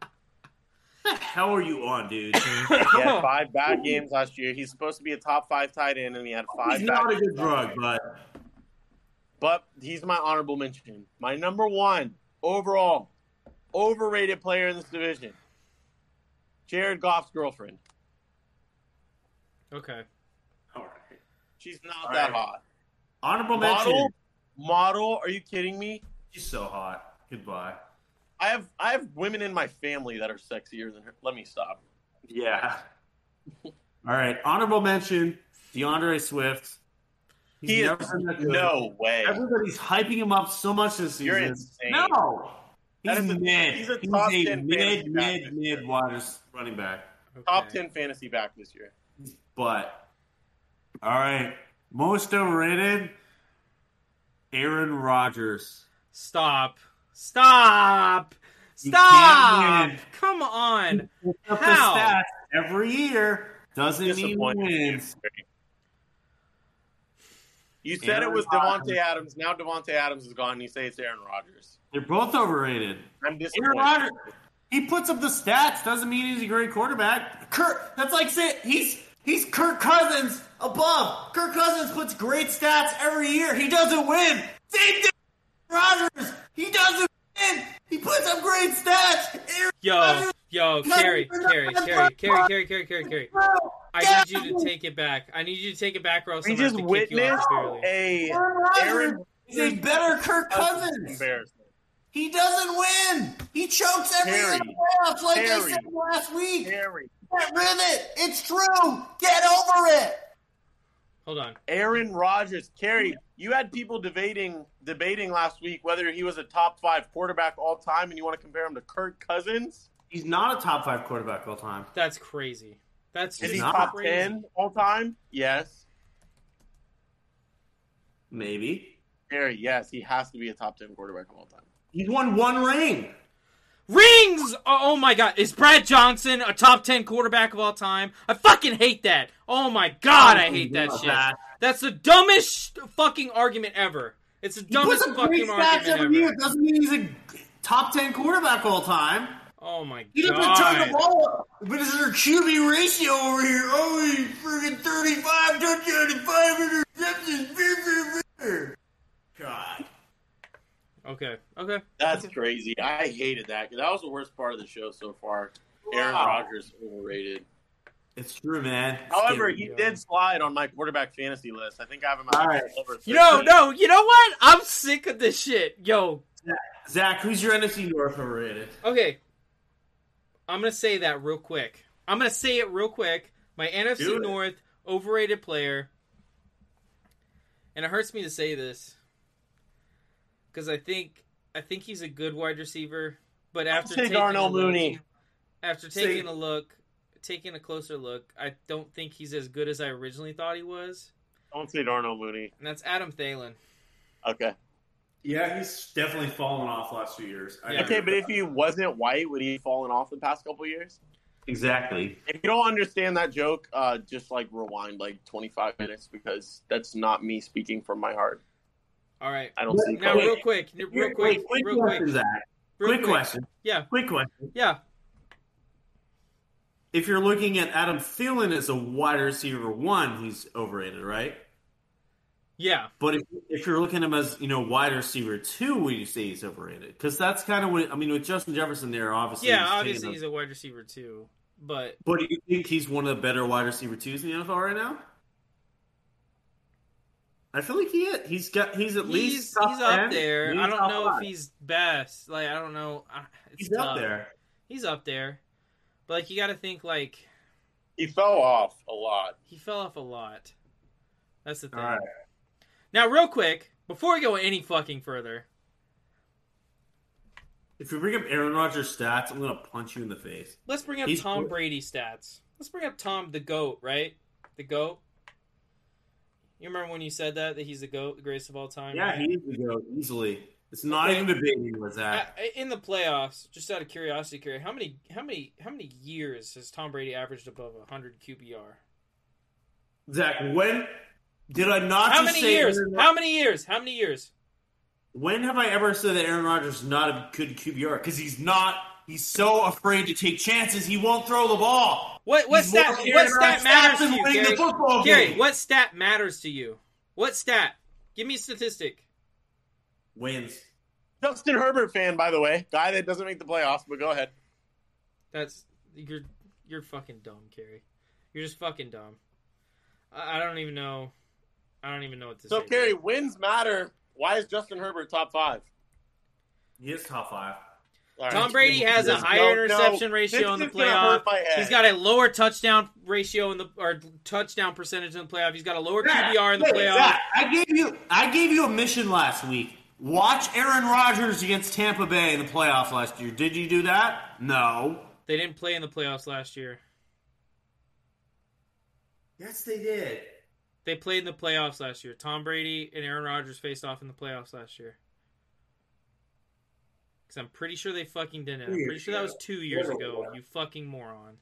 The hell are you on, dude? He had five bad games last year. He's supposed to be a top five tight end, and he had five He's bad not a good games last drug, year. but But he's my honorable mention. My number one overall overrated player in this division. Jared Goff's girlfriend. Okay. all right. She's not that All right. hot. Honorable mention. Model? Model? Are you kidding me? She's so hot. Goodbye. I have I have women in my family that are sexier than her. Let me stop. Yeah. All right. Honorable mention: DeAndre Swift. He's He is- never been that good. No way. Everybody's hyping him up so much this season. You're insane. No. He's That is a- mid. he's a top 10 mid, fantasy back mid, this mid year. wide running back. okay. Top ten fantasy back this year. But all right, most overrated. Aaron Rodgers. Stop. Stop. You Stop. can't win. Come on. Look up the How? stats every year doesn't mean Disappointing. wins. You said it Aaron was Rodgers. Devonte Adams. Now Devonte Adams is gone. And you say it's Aaron Rodgers. They're both overrated. I'm Aaron disappointed. Rodgers. He puts up the stats. Doesn't mean he's a great quarterback. Kirk. That's like saying he's he's Kirk Cousins above. Kirk Cousins puts great stats every year. He doesn't win. Same thing. with Rodgers. He doesn't win. He puts up great stats. Aaron Yo, yo, Carrie, Carrie, Carrie, Carrie, Carrie, Carrie, Carrie, Carrie. Rodgers. I need you to take it back. I need you to take it back, or else We I'm going just to kick you witnessed off barely. a Aaron Rodgers Aaron is a better Kirk Cousins. embarrassment. He doesn't win. He chokes every Harry. year in the playoffs, like I Harry. said last week. Aaron, Get rid of it. It's true. Get over it. Hold on. Aaron Rodgers, Kerry, you had people debating debating last week whether he was a top five quarterback all time, and you want to compare him to Kirk Cousins? He's not a top five quarterback all time. That's crazy. That's Is just he not. top crazy. ten all time? Yes, Maybe. Kerry. Yes, he has to be a top ten quarterback of all time. He's won one ring. Rings! Oh, oh my god. Is Brad Johnson a top 10 quarterback of all time? I fucking hate that. Oh my god, I hate that shit. That's the dumbest sh- fucking argument ever. It's the He puts dumbest up great fucking stats argument every ever. year. Doesn't mean he's a top ten quarterback all time. Oh my He doesn't turn god. the ball up. But it's our QB ratio over here. Oh, he's freaking 35 touchdowns and 5 interceptions. Brr, brr, brr. God. Okay, okay. That's crazy. I hated that. That was the worst part of the show so far. Aaron Wow. Rodgers overrated. It's true, man. However, Scary. he did slide on my quarterback fantasy list. I think I have him All at right. over You know, 13. no, you know what? I'm sick of this shit. Yo, Zach, who's your NFC North overrated? Okay. I'm going to say that real quick. I'm going to say it real quick. My NFC Do it. North overrated player. And it hurts me to say this cuz I think I think he's a good wide receiver, but after take taking a Darnell look- Mooney. After See- taking a look, taking a closer look, I don't think he's as good as I originally thought he was. Don't say Darnell Mooney. And that's Adam Thalen. Okay. Yeah, he's definitely fallen off last few years. I Yeah. Okay, but if he wasn't white, would he have fallen off the past couple years? exactly. If you don't understand that joke, uh, just like rewind like 25 minutes because that's not me speaking from my heart. All right. I don't see. Now, color. real quick, real quick, quick real quick, question, Zach. real quick question. Yeah. Quick question. Yeah. If you're looking at Adam Thielen as a wide receiver one, he's overrated, right? Yeah. But if, if you're looking at him as you know wide receiver two, would you say he's overrated? Because that's kind of what I mean with Justin Jefferson there. Obviously, Yeah. taking Obviously, a- he's a wide receiver too, but But do you think he's one of the better wide receiver twos in the NFL right now? I feel like he is. He's got. He's at he's, least he's top up 10. there. He's I don't top know five. if he's best. Like, I don't know. I- It's he's tough. up there. He's up there. But like, you got to think like He fell off a lot. he fell off a lot. That's the thing. All right. Now, real quick, before we go any fucking further, If you bring up Aaron Rodgers stats, I'm gonna punch you in the face. let's bring up He's Tom good. Brady stats. Let's bring up Tom the goat, right? The goat. You remember when you said that that he's the goat, the greatest of all time? Yeah, right? he needs to go easily. It's not Okay. even debating with I- that. I- in the playoffs, just out of curiosity, Kerry, how many how many how many years has Tom Brady averaged above 100 QBR? Zach, when did I not? Uh, How just many say years? Aaron- How many years? How many years? When have I ever said that Aaron Rodgers is not a good QBR? Because he's not. He's so afraid to take chances. He won't throw the ball. What what He's stat more what scared about stat matters Stafford to you, winning the Kerry? football Kerry, game. what stat matters to you? What stat? Give me a statistic. Wins. Justin Herbert fan, by the way, guy that doesn't make the playoffs. But go ahead. That's you're you're fucking dumb, Kerry. You're just fucking dumb. I, I don't even know. I don't even know what to So, say. Gary, wins matter. Why is Justin Herbert top five? He is top five. All right. Tom Brady has a There's higher no- no, interception ratio this in the is gonna hurt playoff. my head. He's got a lower touchdown ratio in the or touchdown percentage in the playoff. He's got a lower Zach, QBR in the wait, playoff. Zach, I gave you I gave you a mission last week. Watch Aaron Rodgers against Tampa Bay in the playoffs last year. Did you do that? No. They didn't play in the playoffs last year. Yes, they did. They played in the playoffs last year. Tom Brady and Aaron Rodgers faced off in the playoffs last year. Because I'm pretty sure they fucking didn't. I'm Two pretty years sure that ago. was two years Never ago. won. You fucking moron.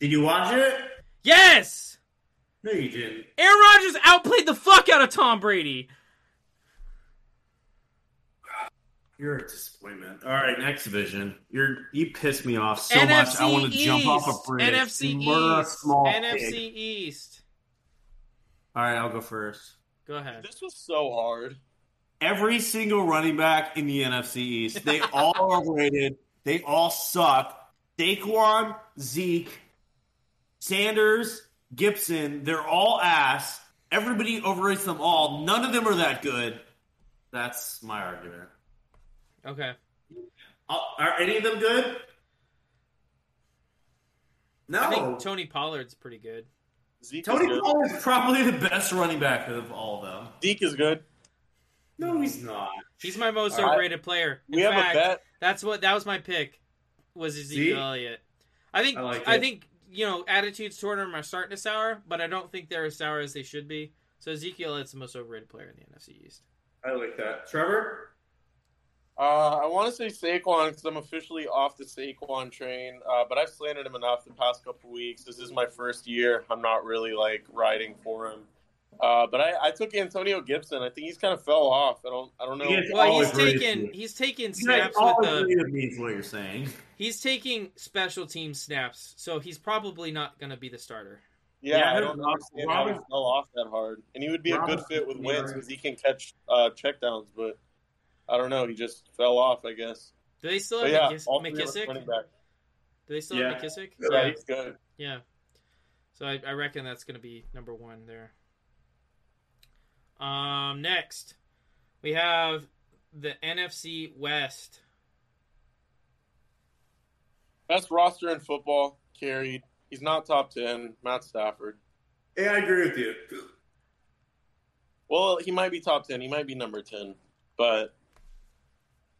Did you watch it? Yes, No, you didn't. Aaron Rodgers outplayed the fuck out of Tom Brady. You're a disappointment. All right, next division. You're you pissed me off so much. I want to jump off a bridge. NFC and murder a East. small NFC pig. East. All right, I'll go first. Go ahead. This was so hard. every single running back in the NFC East. They all are overrated. They all suck. Daquan, Zeke, Sanders, Gibson, they're all ass. Everybody overrates them all. None of them are that good. That's my argument. Okay. Uh, Are any of them good? No. I think Tony Pollard's pretty good. Zeke is Tony good. Pollard is probably the best running back of all of them. Zeke is good. No, he's not. He's my most All right. overrated player. In we have fact, a bet. That's what that was my pick. Was Ezekiel See? Elliott? I think I, I like it. think you know attitudes toward him are starting to sour, but I don't think they're as sour as they should be. So Ezekiel Elliott's the most overrated player in the NFC East. I like that. Trevor? Uh, I want to say Saquon because I'm officially off the Saquon train, uh, but I've slandered him enough the past couple weeks. This is my first year. I'm not really like riding for him. Uh, but I, I took Antonio Gibson. I think he's kind of fell off. I don't. I don't know. Yes. Well, all he's agree with taking you. he's taking You guys snaps all with the agree with me is what you're saying. he's taking special team snaps, so he's probably not going to be the starter. Yeah, Yeah, I don't Robert- understand how he Robert- fell off that hard. And he would be a Robert- good fit with Wentz Robert- because he can catch uh, checkdowns. But I don't know. He just fell off. I guess. Do they still But have yeah, McKiss- all three of us McKissick? running back. Do they still Yeah. have McKissick? Yeah, he's good. Yeah. So I, I reckon that's going to be number one there. Um, next, we have the NFC West. Best roster in football carried. He's not top ten. Matt Stafford. Yeah, I agree with you. Well, he might be top ten. He might be number ten, but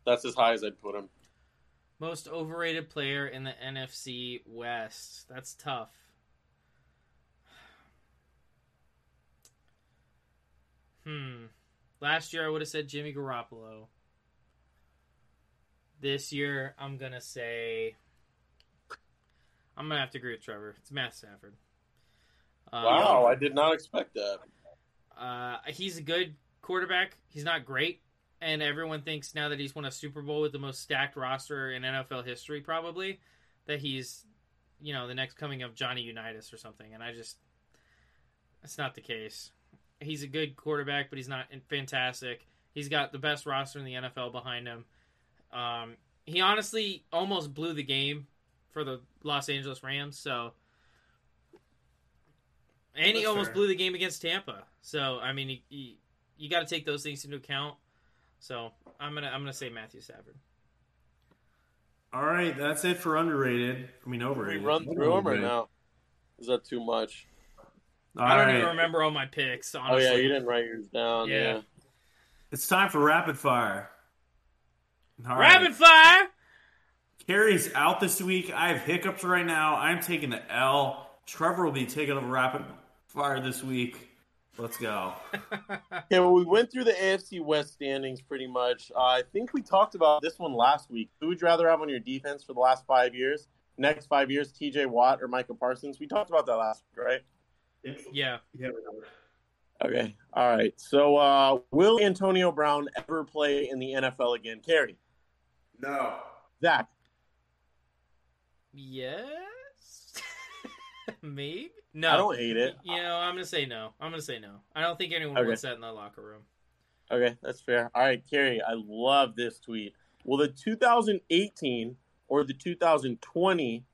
that's as high as I'd put him. Most overrated player in the NFC West. That's tough. Hmm. Last year I would have said Jimmy Garoppolo. This year I'm gonna say I'm gonna have to agree with Trevor. It's Matt Stafford. Um, Wow, I did not expect that. Uh, he's a good quarterback. He's not great, and everyone thinks now that he's won a Super Bowl with the most stacked roster in NFL history, probably, that he's, you know, the next coming of Johnny Unitas or something. And I just, that's not the case. He's a good quarterback, but he's not fantastic. He's got the best roster in the NFL behind him. Um, he honestly almost blew the game for the Los Angeles Rams, so. And he That's almost fair. blew the game against Tampa. So I mean, you, you, you got to take those things into account. So I'm gonna I'm gonna say Matthew Stafford. All right, that's it for underrated. I mean, We overrated. run through him right Overrated. now. Is that too much? All I don't right. even remember all my picks. Honestly. Oh yeah, you didn't write yours down. Yeah. Yeah. It's time for rapid fire. All right. Rapid fire. Carrie's out this week. I have hiccups right now. I'm taking the L. Trevor will be taking a rapid fire this week. Let's go. Okay, well, we went through the AFC West standings pretty much. Uh, I think we talked about this one last week. Who would you rather have on your defense for the last five years? Next five years, TJ Watt or Michael Parsons? We talked about that last week, right? Yeah. Okay. All right. So, uh, will Antonio Brown ever play in the NFL again? Carrie, No. Zach, Yes. Maybe. No. I don't hate it. You know, I'm gonna say no. I'm gonna say no. I don't think anyone Okay. wants that in the locker room. Okay, that's fair. All right, Carrie, I love this tweet. Will the 2018 or the 2020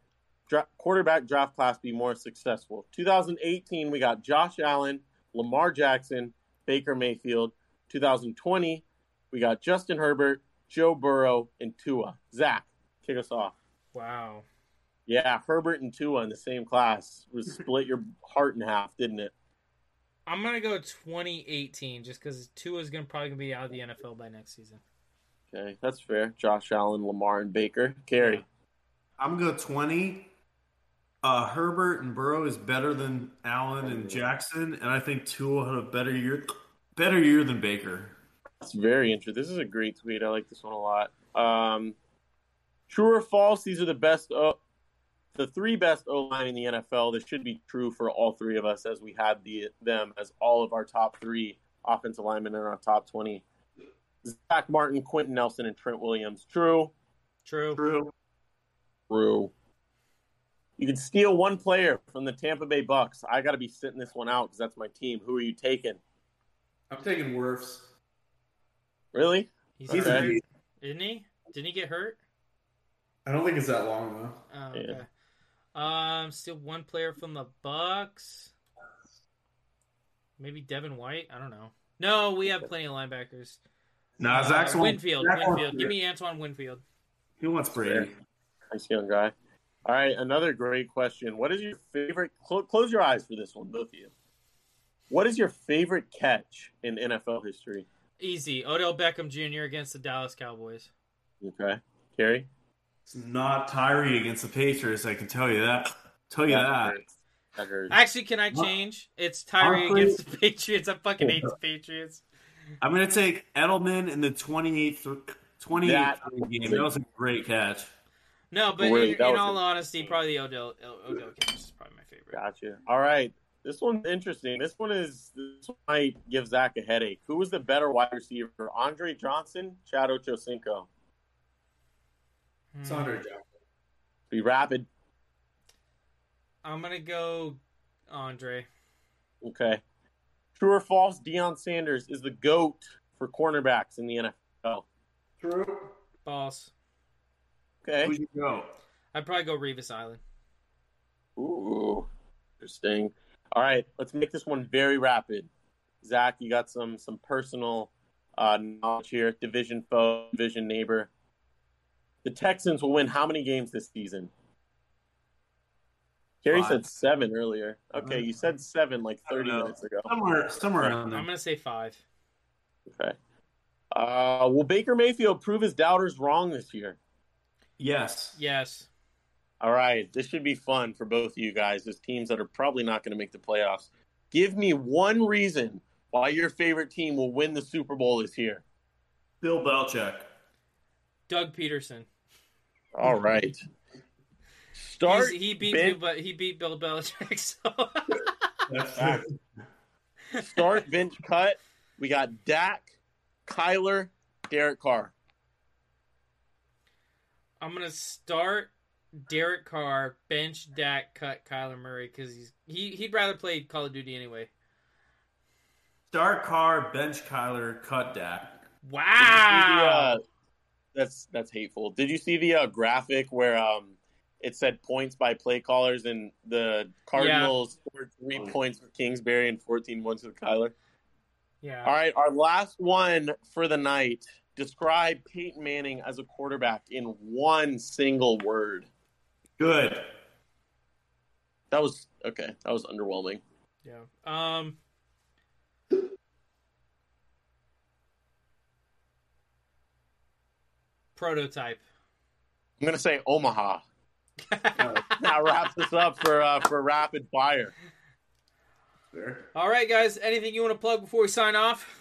dra- quarterback draft class be more successful? 2018, we got Josh Allen, Lamar Jackson, Baker Mayfield. 2020, we got Justin Herbert, Joe Burrow, and Tua. Zach, kick us off. Wow. Yeah, Herbert and Tua in the same class was split your heart in half, didn't it? I'm gonna go 2018 just because Tua's gonna probably gonna be out of the NFL by next season. Okay, that's fair. Josh Allen, Lamar, and Baker. Carrie. I'm going to go 20. Uh, Herbert and Burrow is better than Allen and Jackson, and I think Tua had a better year, better year than Baker. It's very interesting. This is a great tweet. I like this one a lot. Um, true or false? These are the best, uh, the three best O line in the NFL. This should be true for all three of us, as we had the them as all of our top three offensive linemen in our top twenty. Zach Martin, Quentin Nelson, and Trent Williams. True. True. True. True. You can steal one player from the Tampa Bay Bucks. I got to be sitting this one out because that's my team. Who are you taking? I'm taking Werfs. Really? He's He's Okay. hurt, great. isn't he? Didn't he get hurt? I don't think it's that long though. Oh, Yeah. okay. Um, still one player from the Bucks. Maybe Devin White. I don't know. No, we have plenty of linebackers. Nah, Uh, Zach's one. Winfield. Zach wants Winfield. Brady. Give me Antoine Winfield. He wants Brady. Nice young guy. All right, another great question. What is your favorite? Cl- close your eyes for this one, both of you. What is your favorite catch in NFL history? Easy. Odell Beckham Jr. against the Dallas Cowboys. Okay, Carrie. It's not Tyree against the Patriots. I can tell you that. Tell you that. hurts. That hurts. Actually, can I What? change? It's Tyree Honestly- against the Patriots. I fucking hate the Patriots. I'm going to take Edelman in the 28th, th- 28th That- game. That was a great catch. No, but Wait, in, that in was all a- honesty, probably the Odell O- Odell catch is probably my favorite. Gotcha. All right, this one's interesting. This one is this one might give Zach a headache. Who was the better wide receiver, Andre Johnson, Chad Ochocinco? Hmm. Be rapid. I'm gonna go Andre. Okay. True or false? Deion Sanders is the goat for cornerbacks in the NFL. True. Balls. Okay. Who'd you go? I'd probably go Revis Island. Ooh, interesting. All right, let's make this one very rapid. Zach, you got some some personal uh, knowledge here. Division foe, division neighbor. The Texans will win how many games this season? Gary Five. said seven earlier. Okay, you said seven like I don't 30 know. minutes ago. Somewhere, somewhere I'm around there. gonna say five. Okay. Uh, will Baker Mayfield prove his doubters wrong this year? Yes. Yes. All right, this should be fun for both of you guys as teams that are probably not going to make the playoffs. Give me one reason why your favorite team will win the Super Bowl this year. Bill Belichick. Doug Peterson. All right. He's- Start he beat Ben- you, but he beat Bill Belichick. So That's Ah. start bench cut. We got Dak, Kyler, Derek Carr. I'm gonna start Derek Carr, bench Dak, cut Kyler Murray because he's he he'd rather play Call of Duty anyway. Start Carr, bench Kyler, cut Dak. Did you see the, Wow. uh, that's that's hateful. Did you see the uh, graphic where um it said points by play callers and the Cardinals scored three points with Kingsbury and 14 ones with Kyler? Yeah. All right, our last one for the night. Describe Peyton Manning as a quarterback in one single word. Good. That was okay. That was underwhelming. Yeah. Um. Prototype. I'm gonna say Omaha. Oh, That wraps us up for uh, for rapid fire. fair. All right, guys. Anything you want to plug before we sign off?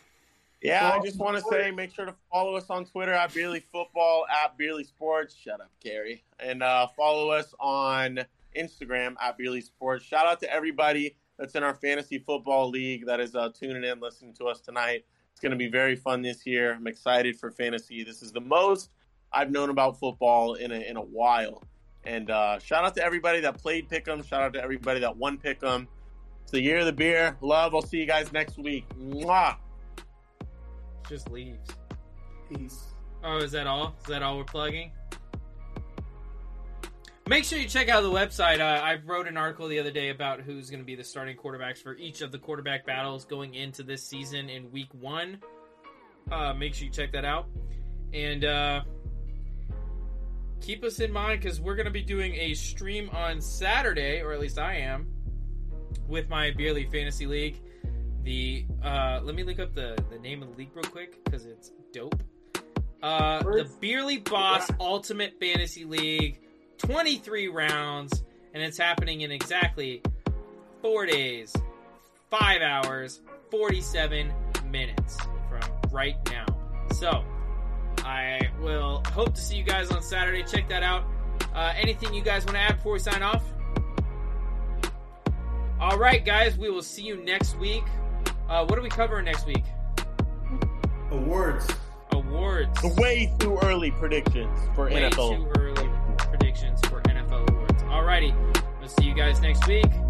Yeah, Well- I just want to say make sure to follow us on Twitter at Beerly Football, at Beerly Sports. Shut up, Gary. And uh, follow us on Instagram at Beerly Sports. Shout out to everybody that's in our fantasy football league that is uh, tuning in, listening to us tonight. It's going to be very fun this year. I'm excited for fantasy. This is the most I've known about football in a, in a while. And uh, shout out to everybody that played Pick'em. Shout out to everybody that won Pick'em. It's the year of the beer. Love. I'll see you guys next week. Mwah. Just leaves. Peace. Oh, is that all? Is that all we're plugging? Make sure you check out the website. Uh, I wrote an article the other day about who's going to be the starting quarterbacks for each of the quarterback battles going into this season in week one. Uh, make sure you check that out. And uh, keep us in mind because we're going to be doing a stream on Saturday, or at least I am, with my Beerly Fantasy League. The uh, let me look up the, the name of the league real quick because it's dope. Uh, the Beerly Boss Ultimate Fantasy League, 23 rounds, and it's happening in exactly four days, five hours, 47 minutes from right now. So, I will hope to see you guys on Saturday. Check that out. Uh, anything you guys want to add before we sign off? All right, guys, we will see you next week. Uh, what are we covering next week? Awards. Awards. way too early predictions for Way NFL. too early predictions for NFL awards. Alrighty, we'll see you guys next week.